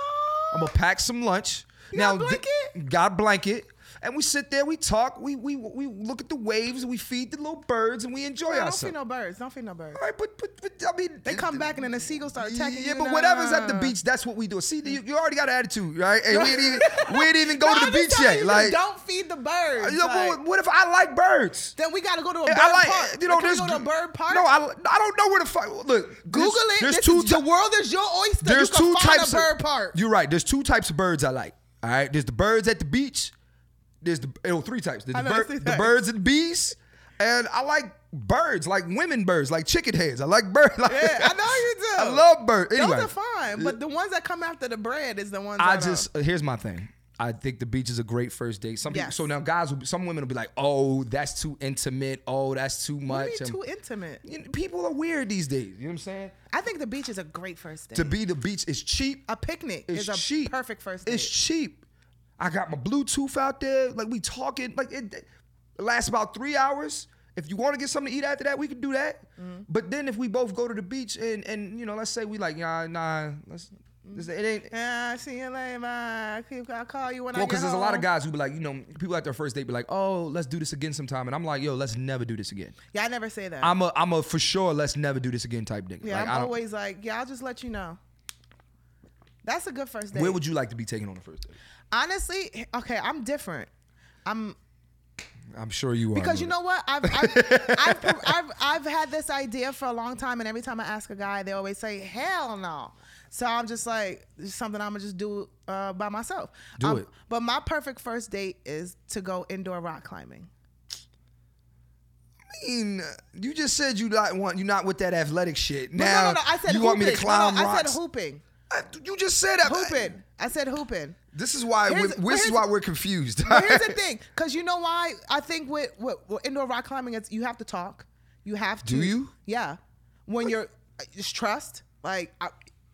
Speaker 2: I'm gonna pack some lunch.
Speaker 3: got a
Speaker 2: thi-
Speaker 3: blanket?
Speaker 2: got a blanket. and we sit there, we talk, we we we look at the waves, we feed the little birds, and we enjoy
Speaker 3: Don't feed
Speaker 2: ourselves.
Speaker 3: no birds. Don't feed no birds.
Speaker 2: All right, but, but but I mean,
Speaker 3: They come back and then the seagulls start attacking
Speaker 2: yeah,
Speaker 3: you.
Speaker 2: but
Speaker 3: Nah. Mm.
Speaker 2: whatever's at the beach, that's what we do. See, you, you already got an attitude, right? And we didn't even, we didn't even go
Speaker 3: No,
Speaker 2: to the
Speaker 3: I'm just
Speaker 2: beach
Speaker 3: telling
Speaker 2: yet.
Speaker 3: you,
Speaker 2: like,
Speaker 3: don't feed the birds.
Speaker 2: yo, but
Speaker 3: like,
Speaker 2: what if I like birds?
Speaker 3: then we gotta go to a bird
Speaker 2: I like,
Speaker 3: park.
Speaker 2: you know,
Speaker 3: Can we
Speaker 2: this.
Speaker 3: go to a bird park.
Speaker 2: No, I, I don't know where the fuck. Look,
Speaker 3: Google
Speaker 2: there's-
Speaker 3: it.
Speaker 2: There's
Speaker 3: This
Speaker 2: two.
Speaker 3: is- the
Speaker 2: ty-
Speaker 3: world is your oyster.
Speaker 2: there's
Speaker 3: you can
Speaker 2: two
Speaker 3: find
Speaker 2: types
Speaker 3: a bird park.
Speaker 2: You're right. There's two types of birds I like. All right. There's the birds at the beach. There's the oh, three types. There's
Speaker 3: I
Speaker 2: the,
Speaker 3: know,
Speaker 2: bir-
Speaker 3: it's three
Speaker 2: the
Speaker 3: types.
Speaker 2: birds and bees. And I like birds, like women birds, like chicken heads. I like birds. Like,
Speaker 3: Yeah, I know you do.
Speaker 2: I love birds.
Speaker 3: Those
Speaker 2: Anyway,
Speaker 3: are fine, but the ones that come after the bread is the ones
Speaker 2: I
Speaker 3: don't.
Speaker 2: just here's my thing. I think the beach is a great first date. Some people,
Speaker 3: Yes.
Speaker 2: so now guys, will be, some women will be like, "Oh, that's too intimate. Oh, that's too
Speaker 3: What
Speaker 2: much."
Speaker 3: do you mean
Speaker 2: And-
Speaker 3: too intimate.
Speaker 2: you know, people are weird these days. You know what I'm saying?
Speaker 3: I think the beach is a great first date.
Speaker 2: To be the beach is cheap.
Speaker 3: a picnic
Speaker 2: It's
Speaker 3: is a
Speaker 2: cheap.
Speaker 3: perfect first date.
Speaker 2: It's cheap. I got my Bluetooth out there. Like we talking. Like it, it lasts about three hours. If you want to get something to eat after that, we can do that.
Speaker 3: Mm-hmm.
Speaker 2: But then if we both go to the beach and and you know, let's say we like, nah, nah, let's. This, it ain't
Speaker 3: yeah, I see you later. bye. I keep, I'll call you when
Speaker 2: Well,
Speaker 3: I get
Speaker 2: because there's a lot of
Speaker 3: home.
Speaker 2: guys who be like, you know, people at their first date be like, oh, let's do this again sometime, and I'm like, yo, let's never do this again.
Speaker 3: Yeah, I never say that.
Speaker 2: I'm a, I'm a for sure, let's never do this again type nigga.
Speaker 3: yeah,
Speaker 2: like, I
Speaker 3: I'm
Speaker 2: don't-
Speaker 3: always like, yeah, I'll just let you know. That's a good first date.
Speaker 2: Where would you like to be taken on a first date?
Speaker 3: Honestly, okay, I'm different. I'm
Speaker 2: I'm sure you are.
Speaker 3: Because you
Speaker 2: Luna.
Speaker 3: know what, I've I've, I've I've I've had this idea for a long time, and every time I ask a guy, they always say hell no. So I'm just like this is something I'm gonna just do uh, by myself.
Speaker 2: Do
Speaker 3: Um,
Speaker 2: it.
Speaker 3: But my perfect first date is to go indoor rock climbing.
Speaker 2: I mean, you just said you not want, you not with that athletic shit.
Speaker 3: But
Speaker 2: Now
Speaker 3: no, no, no. I said
Speaker 2: you
Speaker 3: hooping.
Speaker 2: want me to
Speaker 3: No, no,
Speaker 2: climb
Speaker 3: I
Speaker 2: rocks?
Speaker 3: said hooping.
Speaker 2: I- you just said that.
Speaker 3: Hooping. I said hooping.
Speaker 2: This is why.
Speaker 3: Here's-
Speaker 2: we- this is
Speaker 3: here's-
Speaker 2: why we're confused.
Speaker 3: But here's the thing, because you know why? I think with, with, with indoor rock climbing, it's you have to talk. You have to.
Speaker 2: Do you?
Speaker 3: Yeah. When you're, it's trust. Like, I,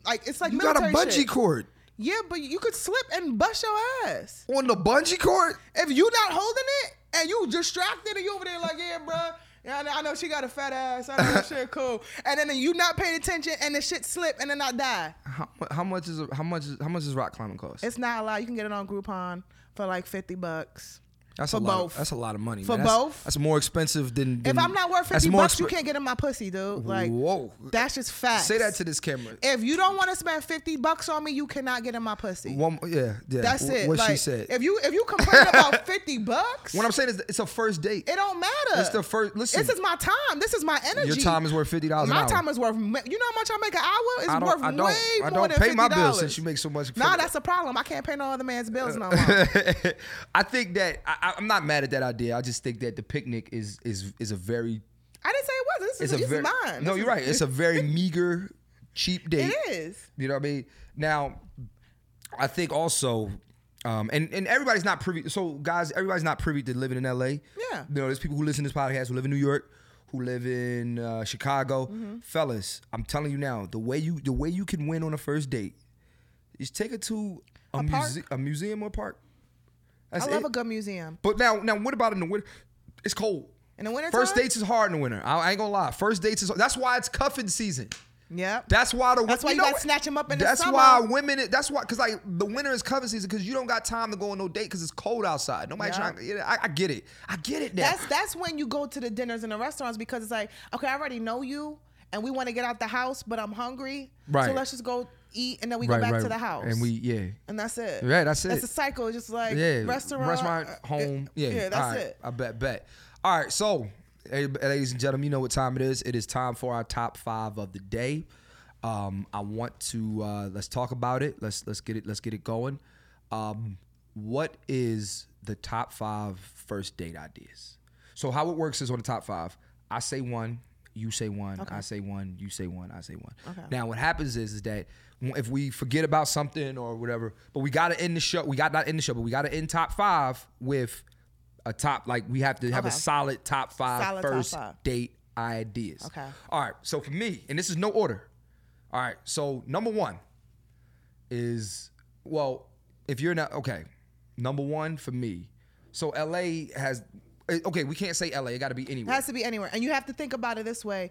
Speaker 3: like it's like
Speaker 2: You got a
Speaker 3: military
Speaker 2: bungee
Speaker 3: shit.
Speaker 2: cord
Speaker 3: Yeah, but you could slip and bust your ass
Speaker 2: on the bungee cord.
Speaker 3: if you not holding it and you distracted and you over there like, yeah, bruh. Yeah, I know- I know she got a fat ass. I know that shit cool. And then you not paying attention and the shit slip and then I die.
Speaker 2: How, how much is a- how much is, how much does rock climbing cost?
Speaker 3: It's not a lot. You can get it on Groupon for like fifty bucks.
Speaker 2: That's
Speaker 3: For
Speaker 2: a lot of-
Speaker 3: both.
Speaker 2: that's a lot of money.
Speaker 3: For
Speaker 2: man. That's-
Speaker 3: both?
Speaker 2: That's more expensive than.
Speaker 3: If
Speaker 2: than-
Speaker 3: I'm not worth
Speaker 2: that's
Speaker 3: fifty
Speaker 2: more
Speaker 3: bucks, you
Speaker 2: expen-
Speaker 3: can't get in my pussy, dude. Like,
Speaker 2: Whoa.
Speaker 3: that's just facts.
Speaker 2: Say that to this camera.
Speaker 3: If you don't want to spend fifty bucks on me, you cannot get in my pussy.
Speaker 2: One, yeah, yeah.
Speaker 3: that's
Speaker 2: wh-
Speaker 3: it.
Speaker 2: What she
Speaker 3: Like,
Speaker 2: said.
Speaker 3: If you if you complain about fifty bucks,
Speaker 2: what I'm saying is, it's a first date.
Speaker 3: It don't matter.
Speaker 2: It's the first- listen.
Speaker 3: This is my time. This is my energy.
Speaker 2: Your time is worth fifty dollars.
Speaker 3: My
Speaker 2: an hour.
Speaker 3: time is worth. ma- You know how much I make an hour? It's
Speaker 2: I don't-
Speaker 3: worth
Speaker 2: I don't-
Speaker 3: way
Speaker 2: I
Speaker 3: more
Speaker 2: don't
Speaker 3: than
Speaker 2: pay
Speaker 3: $50.
Speaker 2: my bills since you make so much for
Speaker 3: Nah,
Speaker 2: the-
Speaker 3: that's a problem. I can't pay no other man's bills no more.
Speaker 2: I think that I, I- I'm not mad at that idea. I just think that the picnic is is is a very.
Speaker 3: I didn't say it was. This is,
Speaker 2: It's a
Speaker 3: this
Speaker 2: very.
Speaker 3: is mine.
Speaker 2: No,
Speaker 3: This
Speaker 2: you're
Speaker 3: is-
Speaker 2: right. It's a very meager, cheap date.
Speaker 3: It is.
Speaker 2: You know what I mean? Now, I think also, um, and and everybody's not privy. So guys, everybody's not privy to living in L.A.
Speaker 3: Yeah.
Speaker 2: You know, there's people who listen to this podcast who live in New York, who live in uh, Chicago.
Speaker 3: Mm-hmm.
Speaker 2: Fellas, I'm telling you now, the way you the way you can win on a first date is take her to a,
Speaker 3: A park?
Speaker 2: muse- a museum or a park. That's
Speaker 3: I love
Speaker 2: it.
Speaker 3: a good museum.
Speaker 2: But now, now what about in the winter? It's cold.
Speaker 3: In the winter
Speaker 2: First
Speaker 3: time?
Speaker 2: dates is hard in the winter. I, I ain't gonna lie. First dates is that's why it's cuffing season.
Speaker 3: Yep.
Speaker 2: That's why the
Speaker 3: That's why you
Speaker 2: know
Speaker 3: gotta
Speaker 2: what?
Speaker 3: snatch 'em up in the
Speaker 2: That's
Speaker 3: summer.
Speaker 2: why women. That's why because like the winter is cover season because you don't got time to go on no date because it's cold outside. Nobody
Speaker 3: Yeah.
Speaker 2: trying. You know, I, I get it. I get it now.
Speaker 3: That's that's when you go to the dinners and the restaurants because it's like, okay, I already know you, and we want to get out the house, but I'm hungry.
Speaker 2: Right.
Speaker 3: So let's just go eat, and then we go back to the house.
Speaker 2: and we yeah.
Speaker 3: and that's it.
Speaker 2: Right, that's
Speaker 3: That's
Speaker 2: it.
Speaker 3: a cycle. It's just like
Speaker 2: Yeah,
Speaker 3: restaurant,
Speaker 2: restaurant,
Speaker 3: uh,
Speaker 2: home.
Speaker 3: yeah,
Speaker 2: Yeah,
Speaker 3: that's
Speaker 2: All right.
Speaker 3: it.
Speaker 2: I bet, bet. All right, so hey, ladies and gentlemen, you know what time it is. It is time for our top five of the day. Um, I want to uh, let's talk about it. Let's let's get it let's get it going. Um, what is the top five first date ideas? So how it works is on the top five. I say one, you say one, I say one, you say one, I say one.
Speaker 3: Okay.
Speaker 2: Now what happens is is that if we forget about something or whatever, but we gotta end the show. We got not end the show, but we gotta end top five with a top like we have to have a
Speaker 3: Okay.
Speaker 2: solid top five
Speaker 3: Solid top
Speaker 2: first
Speaker 3: five.
Speaker 2: date ideas.
Speaker 3: Okay.
Speaker 2: All right. So for me, and this is no order. All right. So number one is well, if you're not okay, number one for me. So LA has eh, okay. We can't say LA. It got to be
Speaker 3: It
Speaker 2: anywhere.
Speaker 3: has to be anywhere, and you have to think about it this way,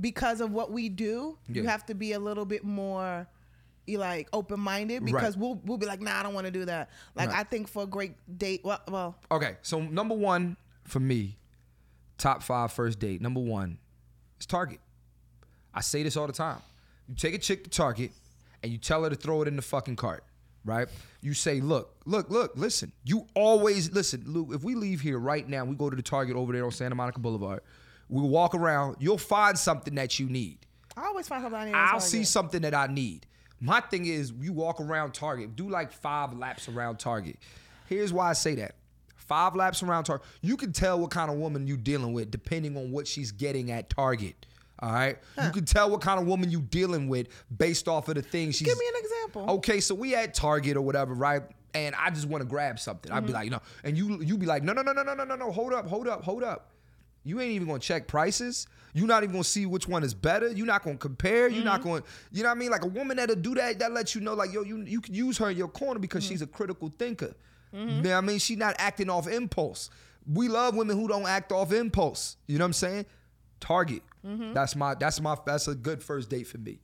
Speaker 3: because of what we do, you
Speaker 2: Yeah.
Speaker 3: have to be a little bit more you like open minded because we'll we'll be like, nah, I don't want to do that. Like
Speaker 2: Right.
Speaker 3: I think for a great date, well, well
Speaker 2: Okay, so number one for me, top five first date. Number one is Target. I say this all the time. You take a chick to Target and you tell her to throw it in the fucking cart, right? You say, look, look, look, listen. You always listen, Lou. If we leave here right now, we go to the Target over there on Santa Monica Boulevard. We walk around. You'll find something that you need.
Speaker 3: I always find something. I need to
Speaker 2: I'll
Speaker 3: target.
Speaker 2: see something that I need. My thing is, you walk around Target, do like five laps around Target. Here's why I say that. Five laps around Target. You can tell what kind of woman you dealing with depending on what she's getting at Target. All right. You can tell what kind of woman you dealing with based off of the things she's
Speaker 3: Give me an example.
Speaker 2: okay, so we at Target or whatever, right? And I just want to grab something. I'd be like, no, and you you be like, no, no, no, no, no, no, no, no, hold up, hold up, hold up. You ain't even gonna check prices. You're not even gonna see which one is better. You're not gonna compare. You're not gonna, you know what I mean? Like a woman that'll do that, that lets you know, like, yo, you you can use her in your corner because she's a critical thinker. You know what I mean? She's not acting off impulse. We love women who don't act off impulse. You know what I'm saying? Target. That's my that's my that's a good first date for me.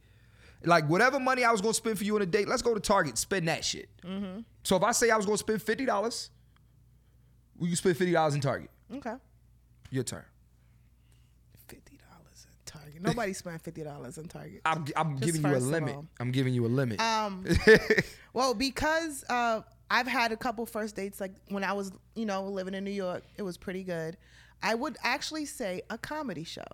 Speaker 2: Like whatever money I was gonna spend for you on a date, let's go to Target, spend that shit.
Speaker 3: Mm-hmm.
Speaker 2: So if I say I was gonna spend fifty dollars, we can spend fifty dollars in Target.
Speaker 3: Okay.
Speaker 2: Your turn.
Speaker 3: Fifty dollars in Target. Nobody spent fifty dollars in Target.
Speaker 2: I'm, I'm
Speaker 3: Just
Speaker 2: giving you a
Speaker 3: first of
Speaker 2: limit.
Speaker 3: all.
Speaker 2: I'm giving you a limit.
Speaker 3: Um, well, because uh, I've had a couple first dates, like when I was, you know, living in New York, it was pretty good. I would actually say a comedy show.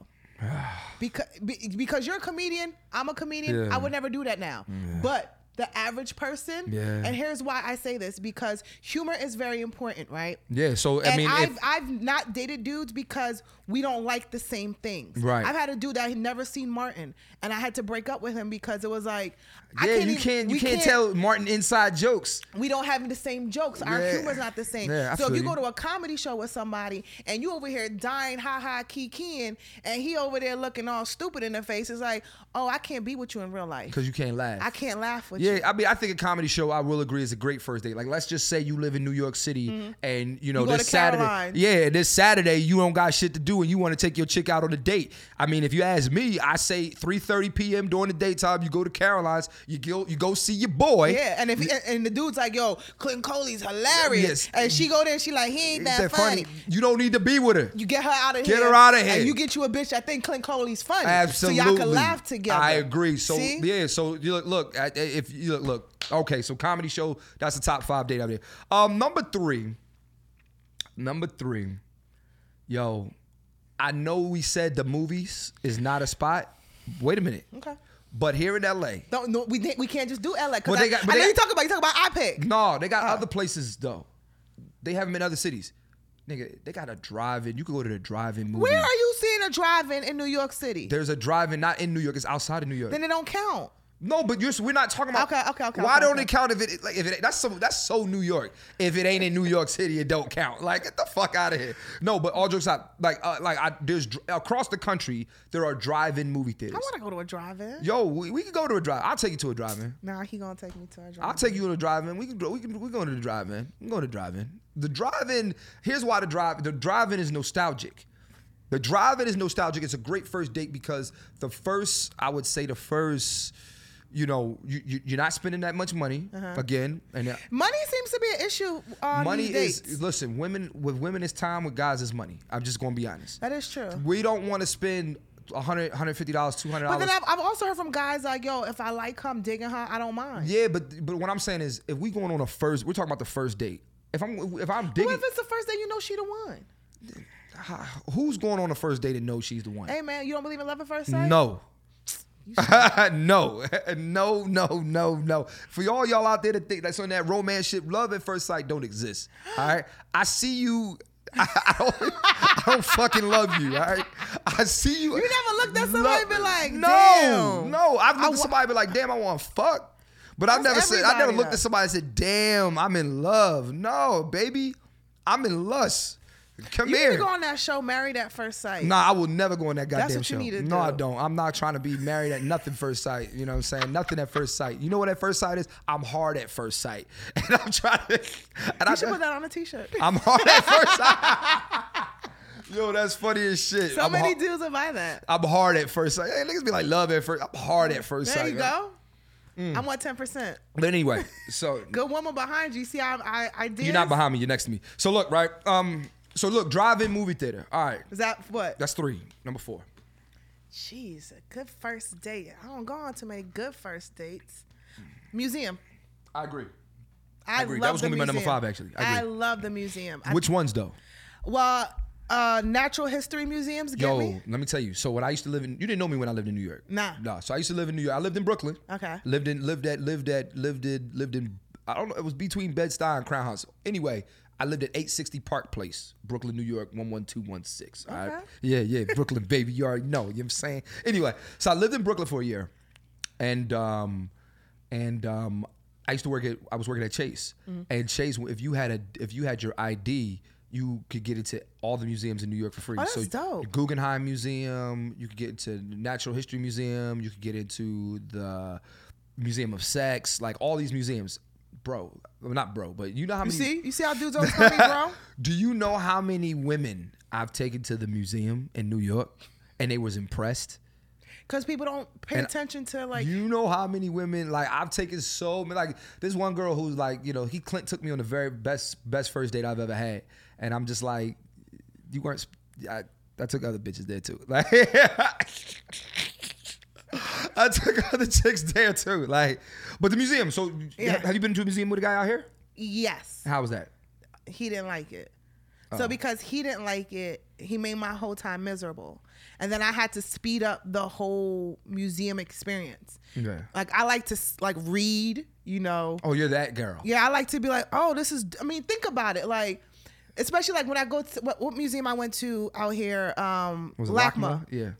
Speaker 3: because be, because you're a comedian, I'm a comedian.
Speaker 2: Yeah.
Speaker 3: I would never do that now. But the average person,
Speaker 2: Yeah.
Speaker 3: and here's why I say this because humor is very important, right?
Speaker 2: yeah. So I
Speaker 3: and
Speaker 2: mean,
Speaker 3: I've
Speaker 2: if,
Speaker 3: I've not dated dudes because we don't like the same things.
Speaker 2: Right.
Speaker 3: I've had a dude that had never seen Martin, and I had to break up with him because it was like, I
Speaker 2: yeah,
Speaker 3: can't
Speaker 2: you
Speaker 3: even-
Speaker 2: can't you
Speaker 3: we
Speaker 2: can't tell Martin inside jokes.
Speaker 3: we don't have the same jokes. Our
Speaker 2: Yeah.
Speaker 3: humor's not the same.
Speaker 2: Yeah, I
Speaker 3: so if
Speaker 2: feel
Speaker 3: you,
Speaker 2: you.
Speaker 3: go to a comedy show with somebody and you over here dying, ha ha, kikiing, and he over there looking all stupid in the face, it's like, oh, I can't be with you in real life.
Speaker 2: because you can't laugh.
Speaker 3: I can't laugh with
Speaker 2: yeah,
Speaker 3: you.
Speaker 2: I mean, I think a comedy show, I will agree, is a great first date. Like, let's just say you live in New York City, and you know
Speaker 3: Mm-hmm. You go
Speaker 2: this
Speaker 3: to
Speaker 2: Saturday,
Speaker 3: Caroline's.
Speaker 2: yeah, this Saturday you don't got shit to do, and you want to take your chick out on a date. I mean, if you ask me, I say 3:30 p.m. during the daytime, you go to Caroline's, you go, you go see your boy.
Speaker 3: Yeah, and if and, and the dude's like, "Yo, Clinton Coley's hilarious,"
Speaker 2: Yes.
Speaker 3: and she go there, she like, "He ain't
Speaker 2: Is
Speaker 3: that, funny.
Speaker 2: You don't need to be with her.
Speaker 3: You get her out of
Speaker 2: Get
Speaker 3: here.
Speaker 2: her outta here.
Speaker 3: And you get you a bitch. I think Clint Coley's funny.
Speaker 2: Absolutely.
Speaker 3: So y'all can laugh together.
Speaker 2: I agree. So
Speaker 3: See?
Speaker 2: yeah. So you look, look I- I- if you look, look, okay. So comedy show. That's the top five date out there. Um, number three. Number three. Yo, I know we said the movies is not a spot. Wait a minute.
Speaker 3: Okay.
Speaker 2: But here in L.A.
Speaker 3: Don't no, we think- we can't just do LA because
Speaker 2: But
Speaker 3: I,
Speaker 2: they got- but
Speaker 3: I know
Speaker 2: they-
Speaker 3: you talk about you talk about iPad.
Speaker 2: No, they
Speaker 3: Uh.
Speaker 2: got other places though. They have them in other cities. Nigga, they got a drive-in. You can go to the drive-in movie.
Speaker 3: Where are you seeing a drive-in in New York City?
Speaker 2: There's a drive-in not in New York. It's outside of New York.
Speaker 3: then it don't count.
Speaker 2: No, but you're, we're not talking about.
Speaker 3: Okay, okay, okay,
Speaker 2: Why
Speaker 3: okay,
Speaker 2: don't
Speaker 3: okay.
Speaker 2: it count if it like if it that's so that's so New York. If it ain't in New York City, it don't count. Like get the fuck out of here. No, but all jokes out. Like uh, like I, there's dr- across the country there are drive-in movie
Speaker 3: I
Speaker 2: theaters.
Speaker 3: want to go to a drive-in.
Speaker 2: Yo, we, we can go to a drive. I'll take you to a drive-in.
Speaker 3: Nah, he gonna take me to a drive-in.
Speaker 2: I'll take you to a drive-in. We can go. We can. We going to the drive-in. We going to the drive-in. The drive-in. Here's why the drive. The drive-in is nostalgic. The drive-in is nostalgic. It's a great first date because the first, I would say, the first. You know, you, you you're not spending that much money
Speaker 3: Uh-huh.
Speaker 2: again, and uh,
Speaker 3: money seems to be an issue on
Speaker 2: money
Speaker 3: money these
Speaker 2: is.
Speaker 3: dates.
Speaker 2: Listen, women with women is time. With guys is money. I'm just going to be honest.
Speaker 3: that is true.
Speaker 2: We don't want to spend 100, 150 dollars, 200
Speaker 3: But then
Speaker 2: dollars.
Speaker 3: I've, I've also heard from guys like, "Yo, if I like her, I'm digging her. I don't mind."
Speaker 2: Yeah, but but what I'm saying is, if we going on a first, we're talking about the first date. If I'm if I'm digging,
Speaker 3: What if it's the first day you know she the one?
Speaker 2: How- who's going on a first date and know she's the one?
Speaker 3: Hey man, you don't believe in love at first sight?
Speaker 2: No. no, no, no, no, no. For y'all y'all out there to think that's on that romance shit, love at first sight don't exist. All right, I see you. I, I don't, I don't fucking love you. All right, I see you.
Speaker 3: You never looked at somebody and been like,
Speaker 2: no,
Speaker 3: "Damn."
Speaker 2: no. I've looked
Speaker 3: I
Speaker 2: at
Speaker 3: wa-
Speaker 2: somebody and been like, damn, I want to fuck. But I've never
Speaker 3: That's
Speaker 2: said, I never
Speaker 3: everybody,
Speaker 2: looked
Speaker 3: though.
Speaker 2: at somebody and said, damn, I'm in love. No, baby, I'm in lust. Come
Speaker 3: You need
Speaker 2: here.
Speaker 3: to go on that show, married at first sight.
Speaker 2: Nah, I will never go on that goddamn
Speaker 3: That's what
Speaker 2: show.
Speaker 3: you need to
Speaker 2: no, I
Speaker 3: do.
Speaker 2: don't. I'm not trying to be married at nothing first sight. You know what I'm saying? Nothing at first sight. You know what at first sight is? I'm hard at first sight, and I'm trying to. And I,
Speaker 3: You should put that on a t-shirt.
Speaker 2: I'm hard at first sight. Yo, that's funny as shit.
Speaker 3: so
Speaker 2: I'm,
Speaker 3: many
Speaker 2: har-
Speaker 3: dudes will buy that.
Speaker 2: I'm hard at first sight. Hey, niggas be like love at first. I'm hard at first
Speaker 3: There
Speaker 2: sight.
Speaker 3: you
Speaker 2: man. Mm.
Speaker 3: go. I want ten percent.
Speaker 2: But anyway, so
Speaker 3: Good woman behind you. See, I I, I did.
Speaker 2: you're not behind me. You're next to me. So look, right? Um, so look, drive-in movie theater. All right,
Speaker 3: Is that what?
Speaker 2: that's three. Number four.
Speaker 3: Jeez, a good first date. I don't go on too many good first dates. Museum.
Speaker 2: I agree.
Speaker 3: I,
Speaker 2: agree. That
Speaker 3: Love
Speaker 2: was
Speaker 3: the
Speaker 2: gonna be my number
Speaker 3: museum.
Speaker 2: five, actually.
Speaker 3: I,
Speaker 2: I agree.
Speaker 3: love the museum. I-
Speaker 2: Which ones though?
Speaker 3: well, uh, natural history museums. Get
Speaker 2: Yo,
Speaker 3: me.
Speaker 2: let me tell you. So when I used to live in, you didn't know me when I lived in New York.
Speaker 3: Nah.
Speaker 2: Nah. So I used to live in New York. I lived in Brooklyn.
Speaker 3: Okay.
Speaker 2: Lived in, lived at, lived at, lived in, lived in. I don't know. It was between Bed Stuy and Crown House. Anyway, I lived at 860 Park Place, Brooklyn, New York, 11216. All right.
Speaker 3: Okay.
Speaker 2: Yeah, yeah. Brooklyn, baby. You already know. You know what I'm saying? Anyway, so I lived in Brooklyn for a year, and um, and um, I used to work at. I was working at Chase,
Speaker 3: Mm-hmm.
Speaker 2: and Chase. If you had a, if you had your ID. You could get into all the museums in New York for free.
Speaker 3: Oh,
Speaker 2: so
Speaker 3: that's dope.
Speaker 2: Guggenheim Museum. You could get into the Natural History Museum. You could get into the Museum of Sex. Like all these museums, bro. Well, not bro, but you know how
Speaker 3: You
Speaker 2: many.
Speaker 3: see, you see how dudes always call me bro.
Speaker 2: Do you know how many women I've taken to the museum in New York, and they was impressed?
Speaker 3: Because people don't pay
Speaker 2: And
Speaker 3: attention to like.
Speaker 2: you know how many women like I've taken so many like this one girl who's like you know he Clint took me on the very best best first date I've ever had and I'm just like you weren't sp- I, I took other bitches there too like I took other chicks there too like but the museum so
Speaker 3: Yeah.
Speaker 2: have you been to a museum with a guy out here
Speaker 3: yes,
Speaker 2: how was that
Speaker 3: he didn't like it.
Speaker 2: Uh.
Speaker 3: So because he didn't like it, he made my whole time miserable, and then I had to speed up the whole museum experience.
Speaker 2: Okay.
Speaker 3: Like I like to s- like read, you know.
Speaker 2: oh you're that girl
Speaker 3: Yeah, I like to be like, oh, this is. I mean, think about it, like. Especially like when I go to what, what museum I went to out here, um,
Speaker 2: was it
Speaker 3: LACMA.
Speaker 2: yeah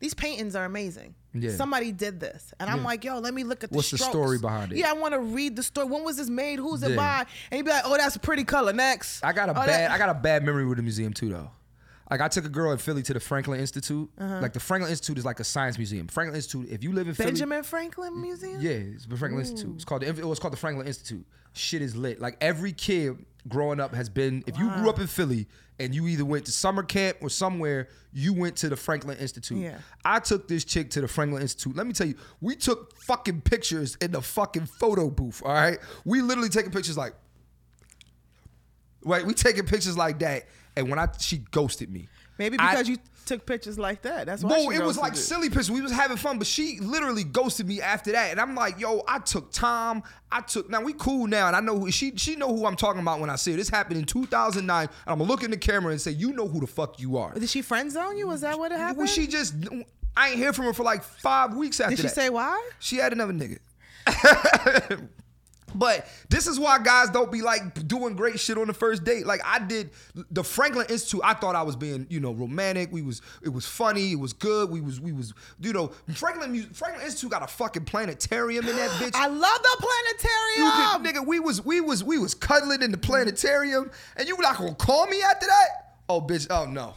Speaker 3: these paintings are amazing.
Speaker 2: Yeah.
Speaker 3: Somebody did this, and I'm like, yo, let me look at the
Speaker 2: What's the
Speaker 3: strokes.
Speaker 2: story behind it?
Speaker 3: Yeah, I want to read the story. When was this made? Who's
Speaker 2: Yeah.
Speaker 3: it by? And you'd be like, oh, that's a pretty color. Next,
Speaker 2: I got a
Speaker 3: Oh,
Speaker 2: bad
Speaker 3: that-
Speaker 2: I got a bad memory with the museum too though. Like I took a girl in Philly to the Franklin Institute.
Speaker 3: Uh-huh.
Speaker 2: Like the Franklin Institute is like a science museum. Franklin Institute, if you live in
Speaker 3: Benjamin Franklin Museum.
Speaker 2: Philly, yeah, it's the Franklin Institute. It's called the, it was called the Franklin Institute. Shit is lit. Like every kid growing up has been. If you grew up in Philly and you either went to summer camp or somewhere, you went to the Franklin Institute.
Speaker 3: Yeah.
Speaker 2: I took this chick to the Franklin Institute. Let me tell you, we took fucking pictures in the fucking photo booth. All right, we literally taking pictures like. Right, we taking pictures like that, and when I she ghosted me.
Speaker 3: Maybe
Speaker 2: I-
Speaker 3: because you took pictures like that. That's why.
Speaker 2: no,
Speaker 3: she
Speaker 2: it was
Speaker 3: ghosted
Speaker 2: like
Speaker 3: you.
Speaker 2: silly pictures. We was having fun, but she literally ghosted me after that, and I'm like, yo, I took time. I took now we cool now, and I know who she she know who I'm talking about when I see her. This happened in 2009, and I'm gonna look in the camera and say, you know who the fuck you are.
Speaker 3: Did she friend zone you? Was that what it happened?
Speaker 2: Well, she just I ain't hear from her for like five weeks after
Speaker 3: Did she
Speaker 2: that.
Speaker 3: say why?
Speaker 2: She had another nigga. but this is why guys don't be like doing great shit on the first date. Like I did the Franklin Institute. I thought I was being, you know, romantic. We was it was funny. It was good. We was we was you know Franklin Mu- Franklin Institute got a fucking planetarium in that bitch.
Speaker 3: I love the
Speaker 2: You could-
Speaker 3: planetarium.
Speaker 2: nigga, we was we was we was cuddling in the planetarium, and you were not gonna call me after that? Oh, bitch. Oh no.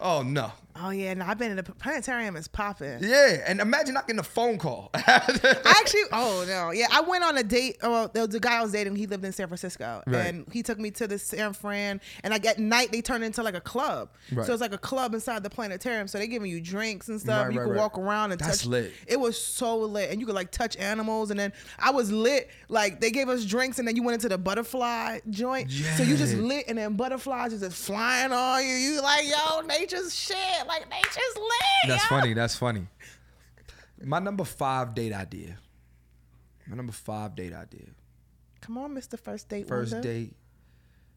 Speaker 2: Oh no.
Speaker 3: oh yeah, no, I've been in the planetarium. Is popping.
Speaker 2: Yeah, and imagine not getting a phone call.
Speaker 3: I actually, oh no, yeah, I went on a date. Oh, there was a guy I was dating. He lived in San Francisco,
Speaker 2: Right.
Speaker 3: and he took me to the San Fran. And like at night, they turned into like a club.
Speaker 2: Right.
Speaker 3: So it's like a club inside the planetarium. So they giving you drinks and stuff.
Speaker 2: Right,
Speaker 3: you
Speaker 2: right,
Speaker 3: can
Speaker 2: right.
Speaker 3: walk around and
Speaker 2: That's
Speaker 3: touch.
Speaker 2: lit.
Speaker 3: It was so lit, and you could like touch animals. And then I was lit. Like they gave us drinks, and then you went into the butterfly joint. So you just
Speaker 2: Yeah.
Speaker 3: lit, and then butterflies is just flying on you. You like yo, nature's shit. Like nature's lit.
Speaker 2: That's
Speaker 3: yo.
Speaker 2: funny. That's funny. My number five date idea. My number five date idea.
Speaker 3: Come on, Mr. First Date.
Speaker 2: First
Speaker 3: Wanda.
Speaker 2: date.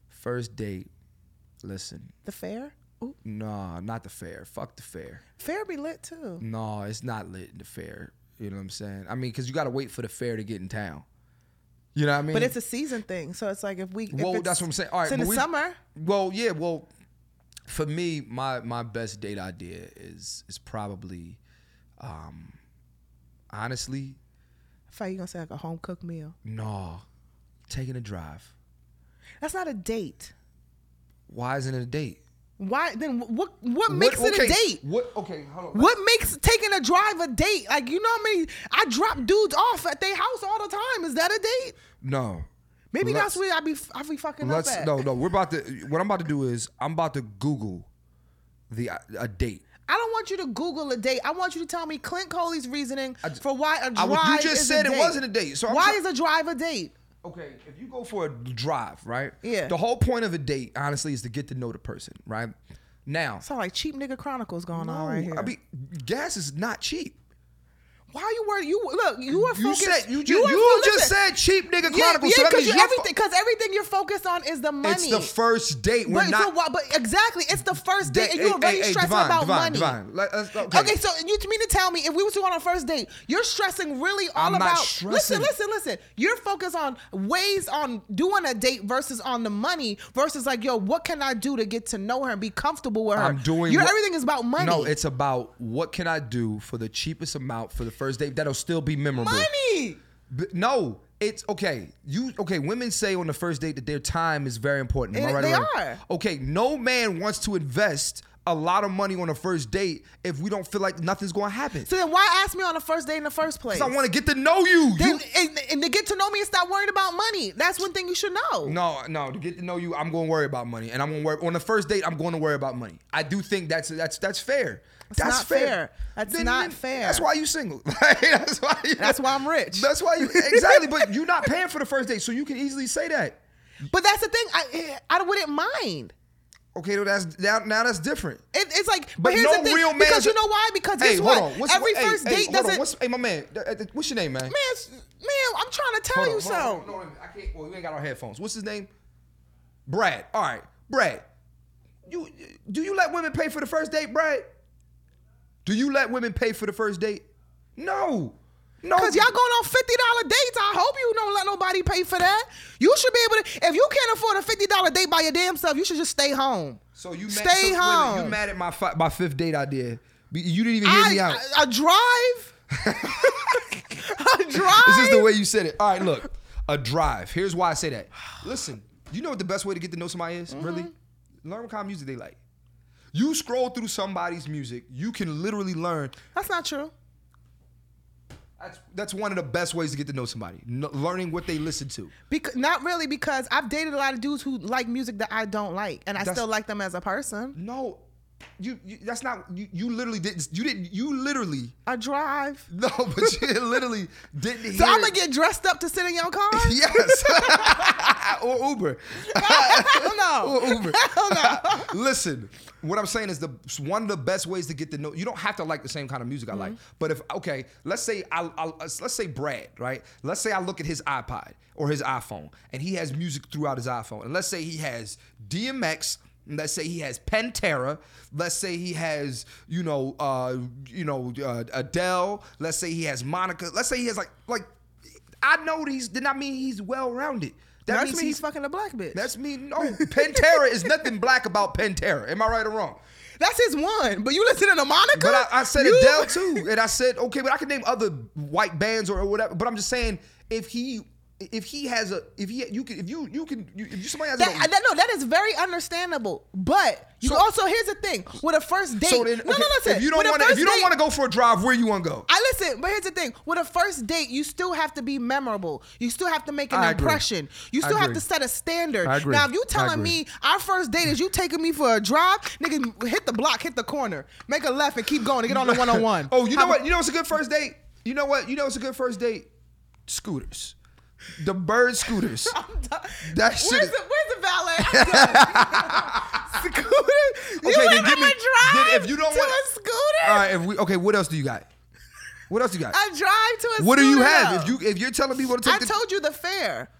Speaker 2: First date. Listen,
Speaker 3: The fair. Ooh.
Speaker 2: nah, not the fair. Fuck the fair.
Speaker 3: Fair be lit too.
Speaker 2: No, it's not lit in the fair. You know what I'm saying? I mean, because you got to wait for the fair to get in town. You know what I mean?
Speaker 3: But it's a season thing. So it's like if we if
Speaker 2: Mm. Well,
Speaker 3: it's-
Speaker 2: that's what I'm saying. All right,
Speaker 3: it's in
Speaker 2: but
Speaker 3: the
Speaker 2: we-
Speaker 3: summer.
Speaker 2: Well, yeah. Well, for me, my my best date idea is is probably, um, honestly,
Speaker 3: I thought you were gonna say like a home cooked meal.
Speaker 2: no, taking a drive.
Speaker 3: That's not a date.
Speaker 2: Why isn't it a date?
Speaker 3: Why then what what makes
Speaker 2: What- okay,
Speaker 3: it a date?
Speaker 2: What? Okay, hold on.
Speaker 3: What makes taking a drive a date? Like you know what I mean? I drop dudes off at their house all the time. Is that a date?
Speaker 2: No.
Speaker 3: Maybe
Speaker 2: Let's-
Speaker 3: that's where I be I be fucking up
Speaker 2: Let's
Speaker 3: at.
Speaker 2: no no. We're about to. What I'm about to do is I'm about to Google the uh, a date.
Speaker 3: I don't want you to Google a date. I want you to tell me Clint Coley's reasoning for why a drive
Speaker 2: I was- you just
Speaker 3: is
Speaker 2: said
Speaker 3: a
Speaker 2: it
Speaker 3: date.
Speaker 2: wasn't a date, so I'm
Speaker 3: why
Speaker 2: try-
Speaker 3: is a drive a date?
Speaker 2: okay, if you go for a drive, right?
Speaker 3: Yeah.
Speaker 2: The whole point of a date, honestly, is to get to know the person, right? Now,
Speaker 3: Sound like cheap nigga chronicles going on right here.
Speaker 2: I mean, gas is not cheap.
Speaker 3: why are you worried? You look. You were
Speaker 2: You
Speaker 3: focused.
Speaker 2: said you,
Speaker 3: were
Speaker 2: you,
Speaker 3: fo-
Speaker 2: just
Speaker 3: listen.
Speaker 2: said cheap nigga
Speaker 3: Yeah,
Speaker 2: chronicles.
Speaker 3: yeah,
Speaker 2: so that
Speaker 3: because
Speaker 2: means you're
Speaker 3: everything, because everything you're focused on is the money.
Speaker 2: It's the first date. We're
Speaker 3: but,
Speaker 2: not.
Speaker 3: so why, but exactly, it's the first date, and you're already stressing
Speaker 2: Devon,
Speaker 3: about
Speaker 2: Devon,
Speaker 3: money.
Speaker 2: Devon, let- let's- okay.
Speaker 3: Okay, so you mean to tell me if we were to go on our first date, you're stressing really all
Speaker 2: I'm not
Speaker 3: about?
Speaker 2: stressing.
Speaker 3: Listen, listen, listen. You're focused on ways on doing a date versus on the money versus like, yo, what can I do to get to know her and be comfortable with her?
Speaker 2: I'm doing.
Speaker 3: Your
Speaker 2: what-
Speaker 3: everything is about money.
Speaker 2: No, it's about what can I do for the cheapest amount for the first date that'll still be memorable.
Speaker 3: money.
Speaker 2: But no, it's okay. You okay? Women say on the first date that their time is very important. Am I
Speaker 3: It-
Speaker 2: right or
Speaker 3: they
Speaker 2: wrong?
Speaker 3: are.
Speaker 2: Okay, no man wants to invest a lot of money on a first date if we don't feel like nothing's going to happen.
Speaker 3: So then, why ask me on the first date in the first place?
Speaker 2: I want to get to know you.
Speaker 3: Then-
Speaker 2: you
Speaker 3: and, and to get to know me and stop worrying about money. That's one thing you should know.
Speaker 2: No, no. To get to know you, I'm going to worry about money, and I'm going to worry on the first date. I'm going to worry about money. I do think that's that's that's fair. that's
Speaker 3: not fair. That's not fair.
Speaker 2: That's why you single. that's why. You,
Speaker 3: That's why I'm rich.
Speaker 2: That's why you exactly. but you're not paying for the first date, so you can easily say that.
Speaker 3: But that's the thing. I eh, I wouldn't mind.
Speaker 2: Okay, no, that's now, now that's different.
Speaker 3: It, it's like, but,
Speaker 2: But
Speaker 3: here's
Speaker 2: no
Speaker 3: the thing,
Speaker 2: real man.
Speaker 3: because you know why? Because guess
Speaker 2: hey,
Speaker 3: what?
Speaker 2: hold on. What's,
Speaker 3: Every
Speaker 2: hey,
Speaker 3: first
Speaker 2: hey,
Speaker 3: date
Speaker 2: hold on.
Speaker 3: doesn't.
Speaker 2: What's, hey, my man. th- th- What's your name, man?
Speaker 3: man, it's- man, I'm trying to tell
Speaker 2: Hold
Speaker 3: you
Speaker 2: on, hold on,
Speaker 3: something.
Speaker 2: hold on, hold on. I can't. Well, you ain't got our headphones. What's his name? Brad. All right, Brad. You do you let women pay for the first date, Brad? Do you let women pay for the first date? No, no.
Speaker 3: Cause y'all going on fifty dollar dates. I hope you don't let nobody pay for that. You should be able to. If you can't afford a fifty dollar date by your damn self, you should just stay home.
Speaker 2: so you mad,
Speaker 3: stay
Speaker 2: so wait a minute,
Speaker 3: home.
Speaker 2: You mad at my fi- my fifth date idea? Be- You didn't even hear me out.
Speaker 3: I, I, I drive. I drive.
Speaker 2: this is the way you said it. All right, look, a drive. Here's why I say that. Listen, you know what the best way to get to know somebody is? Really? Learn what kind of music they like. You scroll through somebody's music, you can literally learn
Speaker 3: That's not true.
Speaker 2: That's that's one of the best ways to get to know somebody. N- learning what they listen to.
Speaker 3: Because not really, because I've dated a lot of dudes who like music that I don't like, and I
Speaker 2: That's-
Speaker 3: still like them as a person.
Speaker 2: No, you, you that's not you. You literally didn't. You didn't. You literally
Speaker 3: I drive.
Speaker 2: no, but you literally didn't. Hear,
Speaker 3: So I'm gonna get dressed up to sit in your car?
Speaker 2: yes or Uber.
Speaker 3: Hell
Speaker 2: Or
Speaker 3: no.
Speaker 2: Uber.
Speaker 3: Hell no.
Speaker 2: Listen, what I'm saying is the one of the best ways to get to know. You don't have to like the same kind of music I like,
Speaker 3: Mm-hmm.
Speaker 2: but if okay, let's say I, I let's say Brad, right? Let's say I look at his iPod or his iPhone, and he has music throughout his iPhone, and let's say he has DMX. and Let's say he has Pantera. Let's say he has, you know, uh, you know, uh, Adele. Let's say he has Monica. Let's say he has like, like, I know these. Did not mean he's well rounded. That
Speaker 3: That's
Speaker 2: means
Speaker 3: me. He's fucking a black bitch. That's,
Speaker 2: that's me. No, Pantera is nothing black about Pantera. Am I right or wrong?
Speaker 3: his one. But you listening to Monica?
Speaker 2: But I, I said
Speaker 3: You-
Speaker 2: Adele too, and I said okay, but I can name other white bands or whatever. But I'm just saying if he if he has a if he you can if you you can you, if you somebody has
Speaker 3: That,
Speaker 2: a,
Speaker 3: that- no, that is very understandable. But you
Speaker 2: So-
Speaker 3: also here's the thing with a first date.
Speaker 2: so then
Speaker 3: no,
Speaker 2: okay,
Speaker 3: no, listen.
Speaker 2: if you don't
Speaker 3: with a
Speaker 2: want to if
Speaker 3: first
Speaker 2: you don't
Speaker 3: date-
Speaker 2: want to go for a drive, where you want to go?
Speaker 3: I listen, but here's the thing: with a first date, you still have to be memorable. You still have to make an
Speaker 2: I agree.
Speaker 3: impression. You
Speaker 2: I
Speaker 3: still have
Speaker 2: agree.
Speaker 3: to set a standard.
Speaker 2: I agree.
Speaker 3: Now, if you
Speaker 2: I
Speaker 3: telling
Speaker 2: agree.
Speaker 3: me our first date is you taking me for a drive, nigga, hit the block, hit the corner, make a left, and keep going to get on the one on one.
Speaker 2: Oh, you know what? You know what's a good first date? You know what? You know what's a good first date? Scooters, the bird scooters. That
Speaker 3: Where's the,
Speaker 2: shit.
Speaker 3: where's
Speaker 2: is-
Speaker 3: the valet? I'm done. scooter. You
Speaker 2: Okay, then
Speaker 3: went
Speaker 2: give
Speaker 3: on
Speaker 2: me-
Speaker 3: a drive
Speaker 2: then if you don't
Speaker 3: to
Speaker 2: want-
Speaker 3: a scooter.
Speaker 2: All right. If we okay, what else do you got? What else you got?
Speaker 3: A drive to a scooter.
Speaker 2: What do you have? If
Speaker 3: though.
Speaker 2: you if you're telling people to take
Speaker 3: I
Speaker 2: the,
Speaker 3: told you the fare.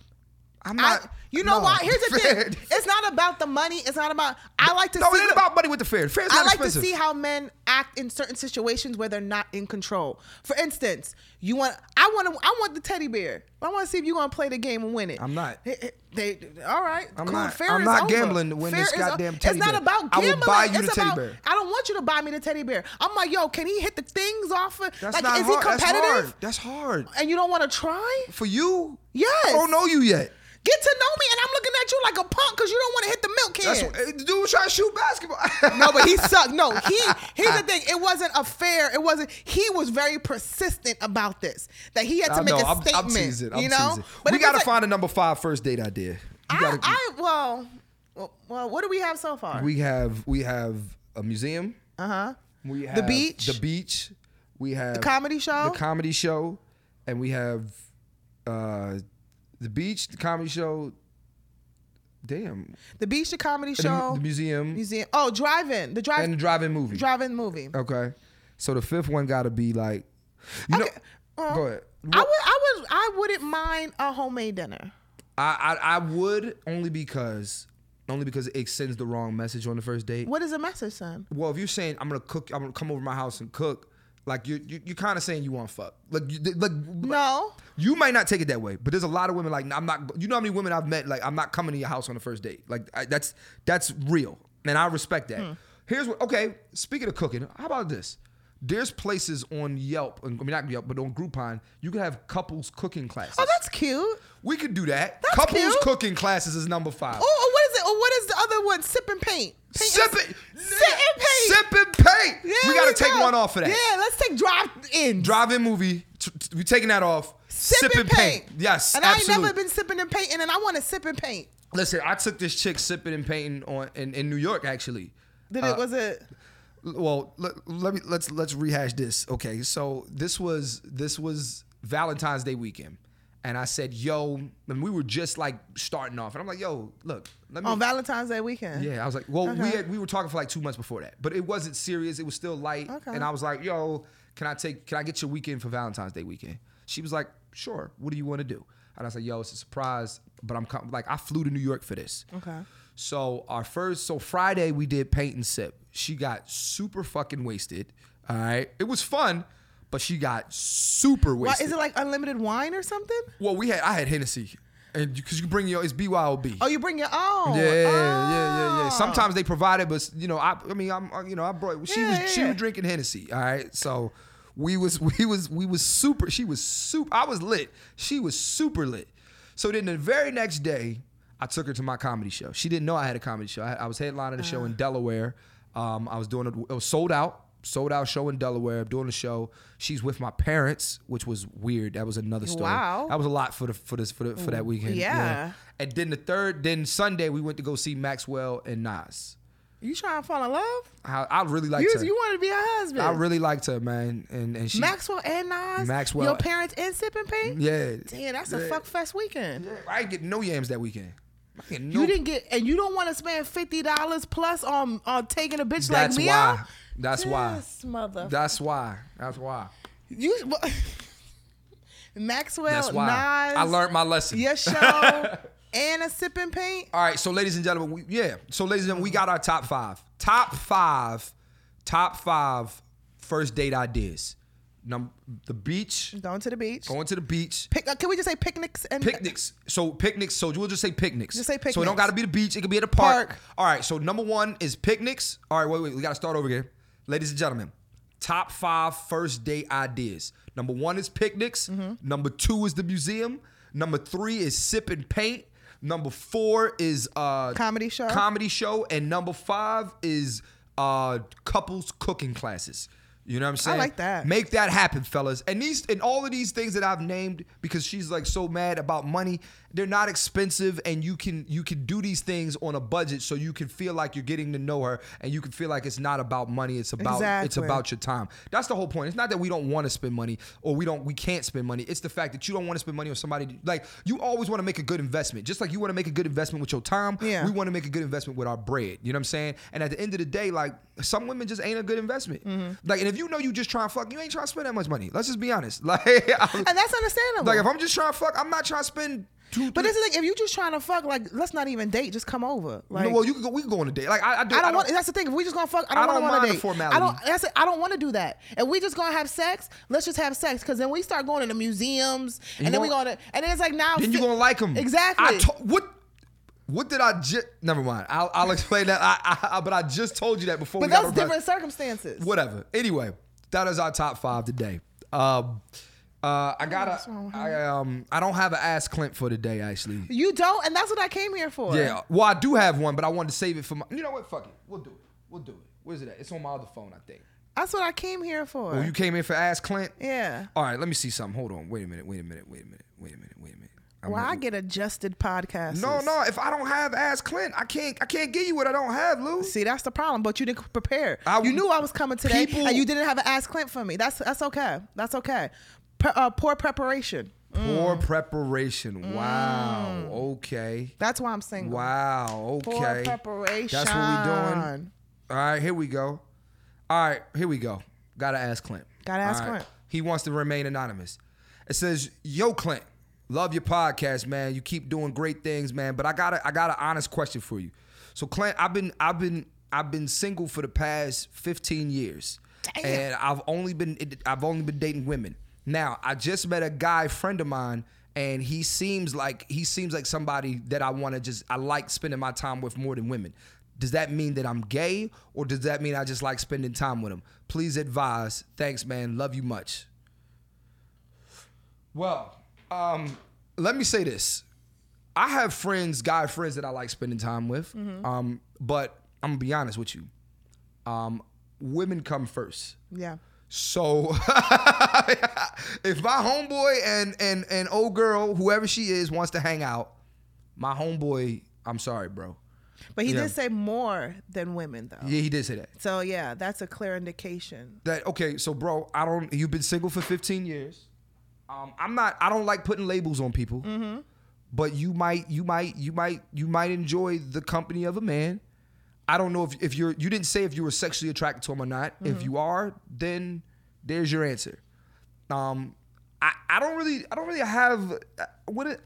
Speaker 2: I'm
Speaker 3: I,
Speaker 2: not.
Speaker 3: you know
Speaker 2: no.
Speaker 3: why? Here's the
Speaker 2: Fair-
Speaker 3: thing. It's not about the money. It's not about. I like to
Speaker 2: No,
Speaker 3: see.
Speaker 2: it ain't about money with the fair. Fair's
Speaker 3: I
Speaker 2: not
Speaker 3: like
Speaker 2: expensive.
Speaker 3: to see how men act in certain situations where they're not in control. For instance, you want I want to I want the teddy bear. I want to see if you're gonna play the game and win it.
Speaker 2: I'm not.
Speaker 3: They, they- all right.
Speaker 2: I'm
Speaker 3: cool.
Speaker 2: not.
Speaker 3: Fair
Speaker 2: I'm
Speaker 3: is
Speaker 2: not
Speaker 3: over.
Speaker 2: gambling to win
Speaker 3: Fair
Speaker 2: this
Speaker 3: is
Speaker 2: goddamn
Speaker 3: o-
Speaker 2: teddy
Speaker 3: It's
Speaker 2: bear.
Speaker 3: not about
Speaker 2: I will
Speaker 3: gambling.
Speaker 2: buy you
Speaker 3: it's
Speaker 2: the teddy
Speaker 3: about,
Speaker 2: bear.
Speaker 3: I don't want you to buy me the teddy bear. I'm like, yo, can he hit the things off? Of,
Speaker 2: That's
Speaker 3: like,
Speaker 2: not
Speaker 3: is
Speaker 2: hard.
Speaker 3: he competitive?
Speaker 2: That's hard. That's hard
Speaker 3: And you don't want to try?
Speaker 2: for you.
Speaker 3: Yes.
Speaker 2: I don't know you yet.
Speaker 3: Get to know me, and I'm looking at you like a punk because you don't want to hit the milk can.
Speaker 2: That's what, the dude trying to shoot basketball.
Speaker 3: No, but he sucked. No, he here's the thing. It wasn't a fair. It wasn't. He was very persistent about this. That he had to
Speaker 2: I
Speaker 3: make
Speaker 2: know.
Speaker 3: a
Speaker 2: I'm,
Speaker 3: statement.
Speaker 2: I'm teasing. I'm
Speaker 3: you know,
Speaker 2: teasing. we
Speaker 3: if it's
Speaker 2: gotta
Speaker 3: like-
Speaker 2: find a number five first date idea. You
Speaker 3: I,
Speaker 2: gotta-
Speaker 3: I well, well, what do we have so far?
Speaker 2: we have we have a museum.
Speaker 3: uh huh.
Speaker 2: We have
Speaker 3: beach.
Speaker 2: The beach. We have
Speaker 3: The comedy show.
Speaker 2: the comedy show, and we have uh, the beach, the comedy show. Damn,
Speaker 3: the beach, the comedy
Speaker 2: the mu-
Speaker 3: show.
Speaker 2: the, museum,
Speaker 3: museum. Oh, drive-in. The drive
Speaker 2: and the drive-in movie. Uh,
Speaker 3: drive-in movie.
Speaker 2: okay, so the fifth one got to be like, you
Speaker 3: Okay,
Speaker 2: know,
Speaker 3: uh,
Speaker 2: go ahead.
Speaker 3: I would I would I wouldn't mind a homemade dinner.
Speaker 2: I, I I would only because only because it sends the wrong message on the first date.
Speaker 3: What is a message, son?
Speaker 2: Well, if you're saying I'm gonna cook, I'm gonna come over to my house and cook, like you you you're kind of saying you want to fuck. Like you, like
Speaker 3: No.
Speaker 2: You might not take it that way, but there's a lot of women like I'm not. You know how many women I've met like I'm not coming to your house on the first date. Like I, that's that's real, and I respect that.
Speaker 3: Hmm.
Speaker 2: Here's what. Okay, speaking of cooking, how about this? There's places on Yelp, I mean not Yelp, but on Groupon, you can have couples cooking classes.
Speaker 3: Oh, that's cute.
Speaker 2: we could do that.
Speaker 3: That's
Speaker 2: couples
Speaker 3: cute.
Speaker 2: cooking classes is number five.
Speaker 3: Oh, oh, what is it? Oh, what is the other one? Sip and paint. paint
Speaker 2: Sip
Speaker 3: and-
Speaker 2: it,
Speaker 3: Sip and paint.
Speaker 2: Sip and paint.
Speaker 3: Yeah,
Speaker 2: we gotta
Speaker 3: let's
Speaker 2: take
Speaker 3: go.
Speaker 2: one off of that.
Speaker 3: Yeah, let's take drive in.
Speaker 2: Drive-in movie. t- t- we taking that off.
Speaker 3: Sip, and paint.
Speaker 2: Yes,
Speaker 3: And I ain't
Speaker 2: absolutely.
Speaker 3: never been sipping and painting, and I want to sip and paint.
Speaker 2: Listen, I took this chick sipping and painting on in, in New York actually.
Speaker 3: Did
Speaker 2: Uh,
Speaker 3: it was it?
Speaker 2: Well, let, let me let's let's rehash this. Okay, so this was this was Valentine's Day weekend, and I said, "Yo," and we were just like starting off, and I'm like, "Yo, look, let me."
Speaker 3: On Valentine's Day weekend.
Speaker 2: yeah, I was like, well, we
Speaker 3: Oh, Okay.
Speaker 2: had, we were talking for like two months before that, but it wasn't serious. It was still light,
Speaker 3: Okay.
Speaker 2: and I was like, "Yo, can I take? Can I get your weekend for Valentine's Day weekend?" She was like, "Sure. What do you want to do?" And I said, "Yo, it's a surprise, but I'm com- like, I flew to New York for this."
Speaker 3: Okay.
Speaker 2: So our first, so Friday we did paint and sip. She got super fucking wasted. All right, it was fun, but she got super
Speaker 3: Why
Speaker 2: wasted.
Speaker 3: is it like unlimited wine or something?
Speaker 2: well, we had I had Hennessy, and because you, can bring your it's BYOB.
Speaker 3: Oh, you bring your own.
Speaker 2: Yeah, yeah, yeah, yeah, yeah.
Speaker 3: Oh.
Speaker 2: Sometimes they provided, but you know, I, I mean, I'm, uh, you know, I brought. She
Speaker 3: Yeah,
Speaker 2: was,
Speaker 3: yeah,
Speaker 2: she
Speaker 3: yeah.
Speaker 2: was drinking Hennessy. All right, so we was, we was, we was super. She was super. I was lit. She was super lit. So then the very next day, I took her to my comedy show. She didn't know I had a comedy show. I, I was headlining the
Speaker 3: Uh.
Speaker 2: show in Delaware. Um, I was doing a, it was sold out, sold out show in Delaware. doing the show. She's with my parents, which was weird. That was another story.
Speaker 3: Wow.
Speaker 2: That was a lot for the for this for the, for that weekend.
Speaker 3: Yeah.
Speaker 2: And then the third, then Sunday we went to go see Maxwell and Nas.
Speaker 3: You trying to fall in love?
Speaker 2: I, I really liked
Speaker 3: You,
Speaker 2: her.
Speaker 3: you want to be a husband.
Speaker 2: I really liked her, man. And and she,
Speaker 3: Maxwell and Nas.
Speaker 2: Maxwell- Mm.
Speaker 3: Your parents and sip and paint.
Speaker 2: yeah,
Speaker 3: Damn, that's a fuck fest weekend.
Speaker 2: I didn't get no yams that weekend. I didn't get no.
Speaker 3: You didn't get, and you don't want to spend fifty dollars plus on on taking a bitch
Speaker 2: that's
Speaker 3: like me out.
Speaker 2: why. That's why.
Speaker 3: This mother.
Speaker 2: That's why. That's why.
Speaker 3: you Maxwell
Speaker 2: That's why.
Speaker 3: Nas.
Speaker 2: I learned my lesson.
Speaker 3: your show and a sip and paint.
Speaker 2: All right, so ladies and gentlemen, we, yeah. So ladies and gentlemen, we got our top five, top five, top five first date ideas. Number the beach,
Speaker 3: Going to the beach.
Speaker 2: going to the beach,
Speaker 3: Pic- uh, can we just say picnics and
Speaker 2: picnics. So picnics. So we'll just say picnics.
Speaker 3: Just say
Speaker 2: So it don't
Speaker 3: picnics.
Speaker 2: got to be the beach. It could be at a park.
Speaker 3: Park.
Speaker 2: All right. So number one is picnics. All right. Wait. Wait. We got to start over here, ladies and gentlemen. Top five first date ideas. Number one is picnics.
Speaker 3: Mm-hmm.
Speaker 2: Number two is the museum. Number three is sip and paint. Number four is uh,
Speaker 3: Comedy show.
Speaker 2: Comedy show. And number five is uh, couples cooking classes. You know what I'm saying?
Speaker 3: like that.
Speaker 2: Make Make that happen, fellas. And these and all of these things that I've named, because she's like so mad about money, they're not expensive, and you can you can do these things on a budget, so you can feel like you're getting to know her, and you can feel like it's not about money, it's about it's
Speaker 3: Exactly.
Speaker 2: about your time. That's the whole point. It's not that we don't want to spend money or we don't we can't spend money. It's the fact that you don't want to spend money on somebody like you always want to make a good investment, just like you want to make a good investment with your time.
Speaker 3: Yeah.
Speaker 2: We want to make a good investment with our bread. You know what I'm saying? And at the end of the day, like some women just ain't a good investment.
Speaker 3: Mm-hmm.
Speaker 2: Like, and if you know you just trying to fuck, you ain't trying to spend that much money. Let's just be honest. Like, I'm-
Speaker 3: And that's understandable.
Speaker 2: like if I'm just trying to fuck, I'm not trying to spend two.
Speaker 3: but
Speaker 2: three-
Speaker 3: this is like if you just trying to fuck, like let's not even date. Just come over. Like
Speaker 2: well, you can go. We can go on a date. Like I, I, do,
Speaker 3: I don't, want. That's the thing. If we just gonna fuck, I don't,
Speaker 2: I don't
Speaker 3: want to
Speaker 2: mind
Speaker 3: date.
Speaker 2: the formality.
Speaker 3: I don't. That's it. I don't want to do that. And we just gonna have sex. Let's just have sex because then we start going to the museums and,
Speaker 2: You
Speaker 3: then we
Speaker 2: gonna-
Speaker 3: going to and then it's like now.
Speaker 2: Then you gonna like him.
Speaker 3: Exactly.
Speaker 2: I to- what? What did I just? Never mind. I'll, I'll explain that. I, I, I, but I just told you that before.
Speaker 3: but
Speaker 2: we got
Speaker 3: those
Speaker 2: on break.
Speaker 3: different circumstances.
Speaker 2: Whatever. Anyway, that is our top five today. Um, uh, I got to I um, I don't have an ass Clint for today actually.
Speaker 3: You don't, and that's what I came here for.
Speaker 2: Yeah. Well, I do have one, but I wanted to save it for my. You know what? Fuck it. We'll do it. We'll do it. Where's it at? It's on my other phone, I think.
Speaker 3: that's what I came here for.
Speaker 2: Oh, you came in for ass Clint.
Speaker 3: yeah.
Speaker 2: All right. Let me see something. Hold on. Wait a minute. Wait a minute. Wait a minute. Wait a minute. Wait a minute. I'm-
Speaker 3: Well, I get adjusted podcasts.
Speaker 2: No, no. If I don't have ass Clint, I can't. I can't give you what I don't have, Lou.
Speaker 3: See, that's the problem. But you didn't prepare.
Speaker 2: I-
Speaker 3: you knew I was coming today,
Speaker 2: People-
Speaker 3: and you didn't have an ass Clint for me. That's that's okay. That's okay. Pre- uh, poor preparation.
Speaker 2: Poor preparation. Wow. Okay.
Speaker 3: That's why I'm single.
Speaker 2: Wow.
Speaker 3: Poor
Speaker 2: Okay.
Speaker 3: preparation.
Speaker 2: That's what we doing. All right. Here we go. All right. Here we go. Gotta ask Clint.
Speaker 3: Gotta ask
Speaker 2: All right.
Speaker 3: Clint.
Speaker 2: He wants to remain anonymous. It says, "Yo, Clint, love your podcast, man. You keep doing great things, man. But I got to I got an honest question for you. So, Clint, I've been I've been I've been single for the past 15 years, and I've only been I've only been dating women. Now, I just met a guy friend of mine." And he seems like he seems like somebody that I want to just I like spending my time with more than women. Does that mean that I'm gay, or does that mean I just like spending time with him? Please advise. Thanks, man. Love you much. Well, um, let me say this. I have friends, guy friends that I like spending time with. Um, but I'm gonna be honest with you. Um, women come first.
Speaker 3: Yeah.
Speaker 2: So if my homeboy and and and old girl, whoever she is, wants to hang out, my homeboy, I'm sorry, bro.
Speaker 3: But he
Speaker 2: Yeah.
Speaker 3: did say more than women, though.
Speaker 2: Yeah, he did say that.
Speaker 3: So yeah, that's a clear indication.
Speaker 2: that okay so bro i don't you've been single for 15 years um, i'm not i don't like putting labels on people
Speaker 3: Mm-hmm.
Speaker 2: but you might you might you might you might enjoy the company of a man i don't know if, if you're you didn't say if you were sexually attracted to him or not
Speaker 3: Mm-hmm.
Speaker 2: if you are then there's your answer um i i don't really i don't really have uh, what it,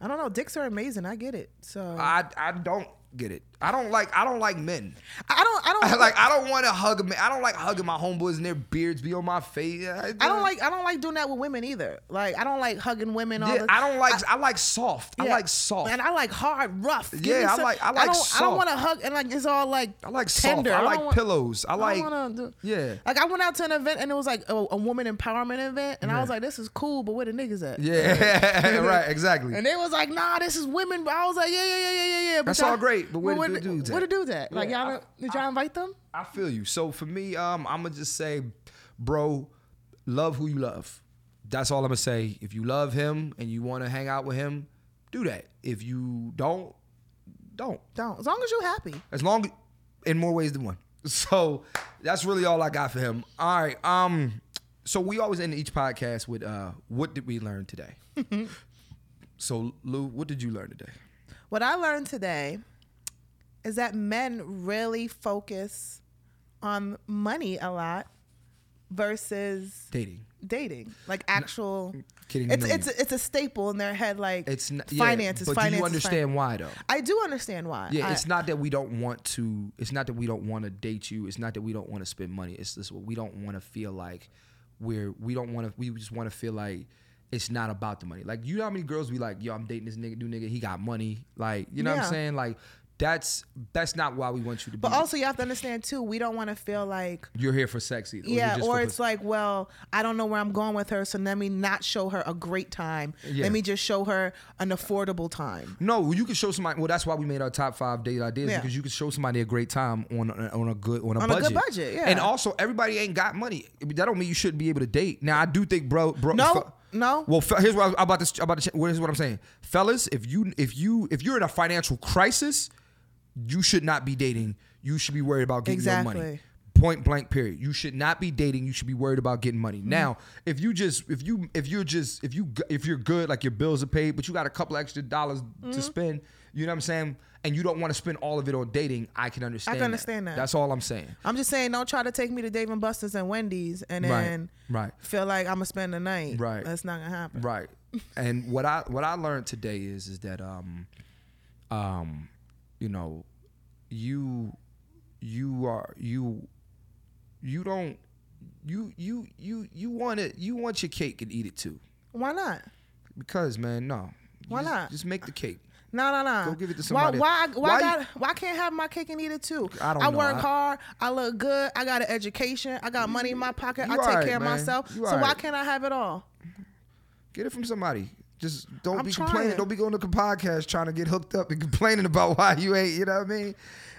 Speaker 3: I don't know. Dicks are amazing. I get it. So I,
Speaker 2: i i don't get it i don't like i don't like men
Speaker 3: don't. I don't
Speaker 2: like i don't want to hug a man i don't like hugging my homeboys and their beards be on my face
Speaker 3: I don't like I don't like doing that with women either. Like I don't like hugging women. All
Speaker 2: Yeah,
Speaker 3: the,
Speaker 2: I don't like. I, like soft. I
Speaker 3: Yeah.
Speaker 2: like soft.
Speaker 3: and I like hard, rough. Give me
Speaker 2: Yeah, I
Speaker 3: some-
Speaker 2: like- I like
Speaker 3: don't, I
Speaker 2: soft.
Speaker 3: don't want to hug and like it's all like.
Speaker 2: I like soft.
Speaker 3: tender.
Speaker 2: I
Speaker 3: don't
Speaker 2: like
Speaker 3: want-
Speaker 2: pillows. I
Speaker 3: I
Speaker 2: like.
Speaker 3: don't wanna do-
Speaker 2: yeah.
Speaker 3: Like I went out to an event and it was like a, a woman empowerment event, and I was like, "This is cool," but where the niggas at?
Speaker 2: yeah. right. Exactly.
Speaker 3: And they was like, "Nah, this is women." But I was like, "Yeah, yeah, yeah, yeah, yeah, yeah." But
Speaker 2: That's
Speaker 3: y'all-
Speaker 2: all great, but where the
Speaker 3: the-
Speaker 2: dudes at?
Speaker 3: Where the dudes at? Like
Speaker 2: Yeah,
Speaker 3: y'all,
Speaker 2: I-
Speaker 3: did y'all invite them?
Speaker 2: I feel you. So for me, um, I'm gonna just say, bro, love who you love. That's all I'm gonna say. If you love him and you want to hang out with him, do that. If you don't, don't.
Speaker 3: Don't. As long as you happy.
Speaker 2: As long, in more ways than one. So that's really all I got for him. All right. Um. So we always end each podcast with, uh, "What did we learn today?" so Lou, what did you learn today?
Speaker 3: What I learned today is that men really focus on money a lot versus
Speaker 2: Dating.
Speaker 3: dating, like actual.
Speaker 2: Kidding.
Speaker 3: It's
Speaker 2: no,
Speaker 3: it's
Speaker 2: you-
Speaker 3: a, it's a staple in their head, like
Speaker 2: it's not, yeah,
Speaker 3: finances.
Speaker 2: But
Speaker 3: finances,
Speaker 2: do you understand
Speaker 3: fin-
Speaker 2: why though?
Speaker 3: I do understand why.
Speaker 2: Yeah,
Speaker 3: I-
Speaker 2: it's not that we don't want to. It's not that we don't want to date you. It's not that we don't want to spend money. It's just we don't want to feel like we're. We don't want to. We just want to feel like it's not about the money. Like you know how many girls be like, yo, I'm dating this nigga, new nigga. He got money. Like you know what
Speaker 3: Yeah.
Speaker 2: I'm saying? Like that's that's not why we want you to.
Speaker 3: But
Speaker 2: be.
Speaker 3: also, you have to understand too. We don't want to feel like
Speaker 2: you're here for sex either.
Speaker 3: yeah, or it's
Speaker 2: like,
Speaker 3: like, well, I don't know where I'm going with her, so let me not show her a great time.
Speaker 2: Yeah.
Speaker 3: Let me just show her an affordable time.
Speaker 2: no, you can show somebody. Well, that's why we made our top five date ideas
Speaker 3: Yeah.
Speaker 2: because you can show somebody a great time on a, on a good on a
Speaker 3: On a
Speaker 2: budget.
Speaker 3: good budget, yeah.
Speaker 2: And also, everybody ain't got money. That don't mean you shouldn't be able to date. Now, I do think, bro, bro,
Speaker 3: No,
Speaker 2: fu-
Speaker 3: no.
Speaker 2: Well, fe- here's what I'm about to about to. Here's what I'm saying, fellas. If you if you if you're in a financial crisis, you should not be dating. You should be worried about getting your money.
Speaker 3: Exactly.
Speaker 2: Point blank. Period. You should not be dating. You should be worried about getting money.
Speaker 3: Mm-hmm.
Speaker 2: Now, if you just if you if you're just if you g- if you're good, like your bills are paid, but you got a couple extra dollars
Speaker 3: Mm-hmm.
Speaker 2: to spend. You know what I'm saying? And you don't want to spend all of it on dating. I can understand.
Speaker 3: understand that.
Speaker 2: That's all I'm saying.
Speaker 3: I'm just saying, don't try to take me to Dave and Buster's and Wendy's and
Speaker 2: Right,
Speaker 3: then
Speaker 2: right.
Speaker 3: feel like I'm gonna spend the night.
Speaker 2: Right.
Speaker 3: that's not gonna happen.
Speaker 2: Right. and what I what I learned today is is that um um you know you you are you you don't you you you you want it you want your cake and eat it too
Speaker 3: Why not?
Speaker 2: because man no You
Speaker 3: Why
Speaker 2: just-
Speaker 3: not?
Speaker 2: just make the cake
Speaker 3: No, no, no.
Speaker 2: Go give it to somebody.
Speaker 3: Why? Why? Why?
Speaker 2: Why
Speaker 3: Why,
Speaker 2: you-
Speaker 3: got, why can't I have my cake and eat it too?
Speaker 2: I don't
Speaker 3: I
Speaker 2: know.
Speaker 3: work
Speaker 2: I-
Speaker 3: hard. I look good. I got an education. I got money in my pocket.
Speaker 2: you
Speaker 3: I take
Speaker 2: alright,
Speaker 3: care of
Speaker 2: man.
Speaker 3: myself.
Speaker 2: You
Speaker 3: so why
Speaker 2: alright.
Speaker 3: can't I have it all?
Speaker 2: get it from somebody just don't
Speaker 3: I'm
Speaker 2: be complaining
Speaker 3: trying.
Speaker 2: don't be going to podcast trying to get hooked up and complaining about why you ain't you know what I mean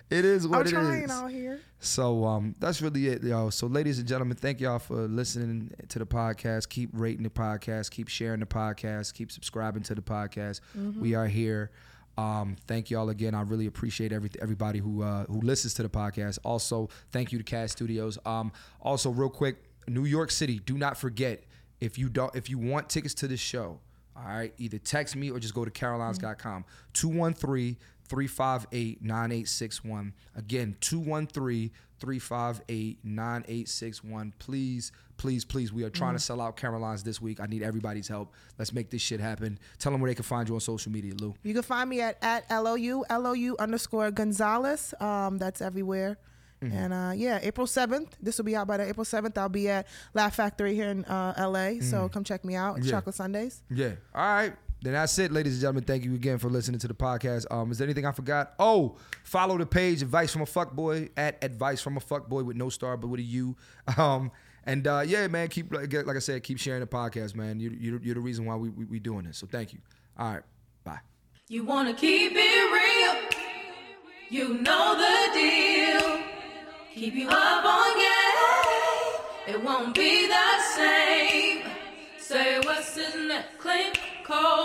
Speaker 2: It is
Speaker 3: I'm
Speaker 2: what it
Speaker 3: trying
Speaker 2: is.
Speaker 3: out here.
Speaker 2: So um, that's really it, y'all. So, ladies and gentlemen, thank y'all for listening to the podcast. Keep rating the podcast. Keep sharing the podcast. Keep subscribing to the podcast. We are here. Um, thank y'all again. I really appreciate every everybody who uh, who listens to the podcast. Also, thank you to Cast Studios. Um, also, real quick, New York City. Do not forget if you don't if you want tickets to this show. All right, either text me or just go to carolines.com. 213 358 9861. Again, 213 358 9861. Please, please, please, we are trying to sell out Carolines this week. I need everybody's help. Let's make this shit happen. Tell them where they can find you on social media, Lou.
Speaker 3: You can find me at, at LOU, LOU underscore Gonzalez. Um, that's everywhere. And uh, yeah, April 7th. This will be out by the April 7th. I'll be at Laugh Factory here in uh, LA. So come check me out. It's
Speaker 2: Yeah.
Speaker 3: Chocolate Sundays.
Speaker 2: Yeah. All right. Then that's it, ladies and gentlemen. Thank you again for listening to the podcast. Um, is there anything I forgot? Oh, follow the page Advice from a Fuckboy at Advice from a Fuckboy with no star but with a U. Um, and uh, yeah, man, keep like like I said, keep sharing the podcast, man. You, you, you're the reason why we, we we doing this. So thank you. All right, bye.
Speaker 1: You wanna keep it real, you know the deal. Keep you up on game, it won't be the same. Say what's in that clean cold.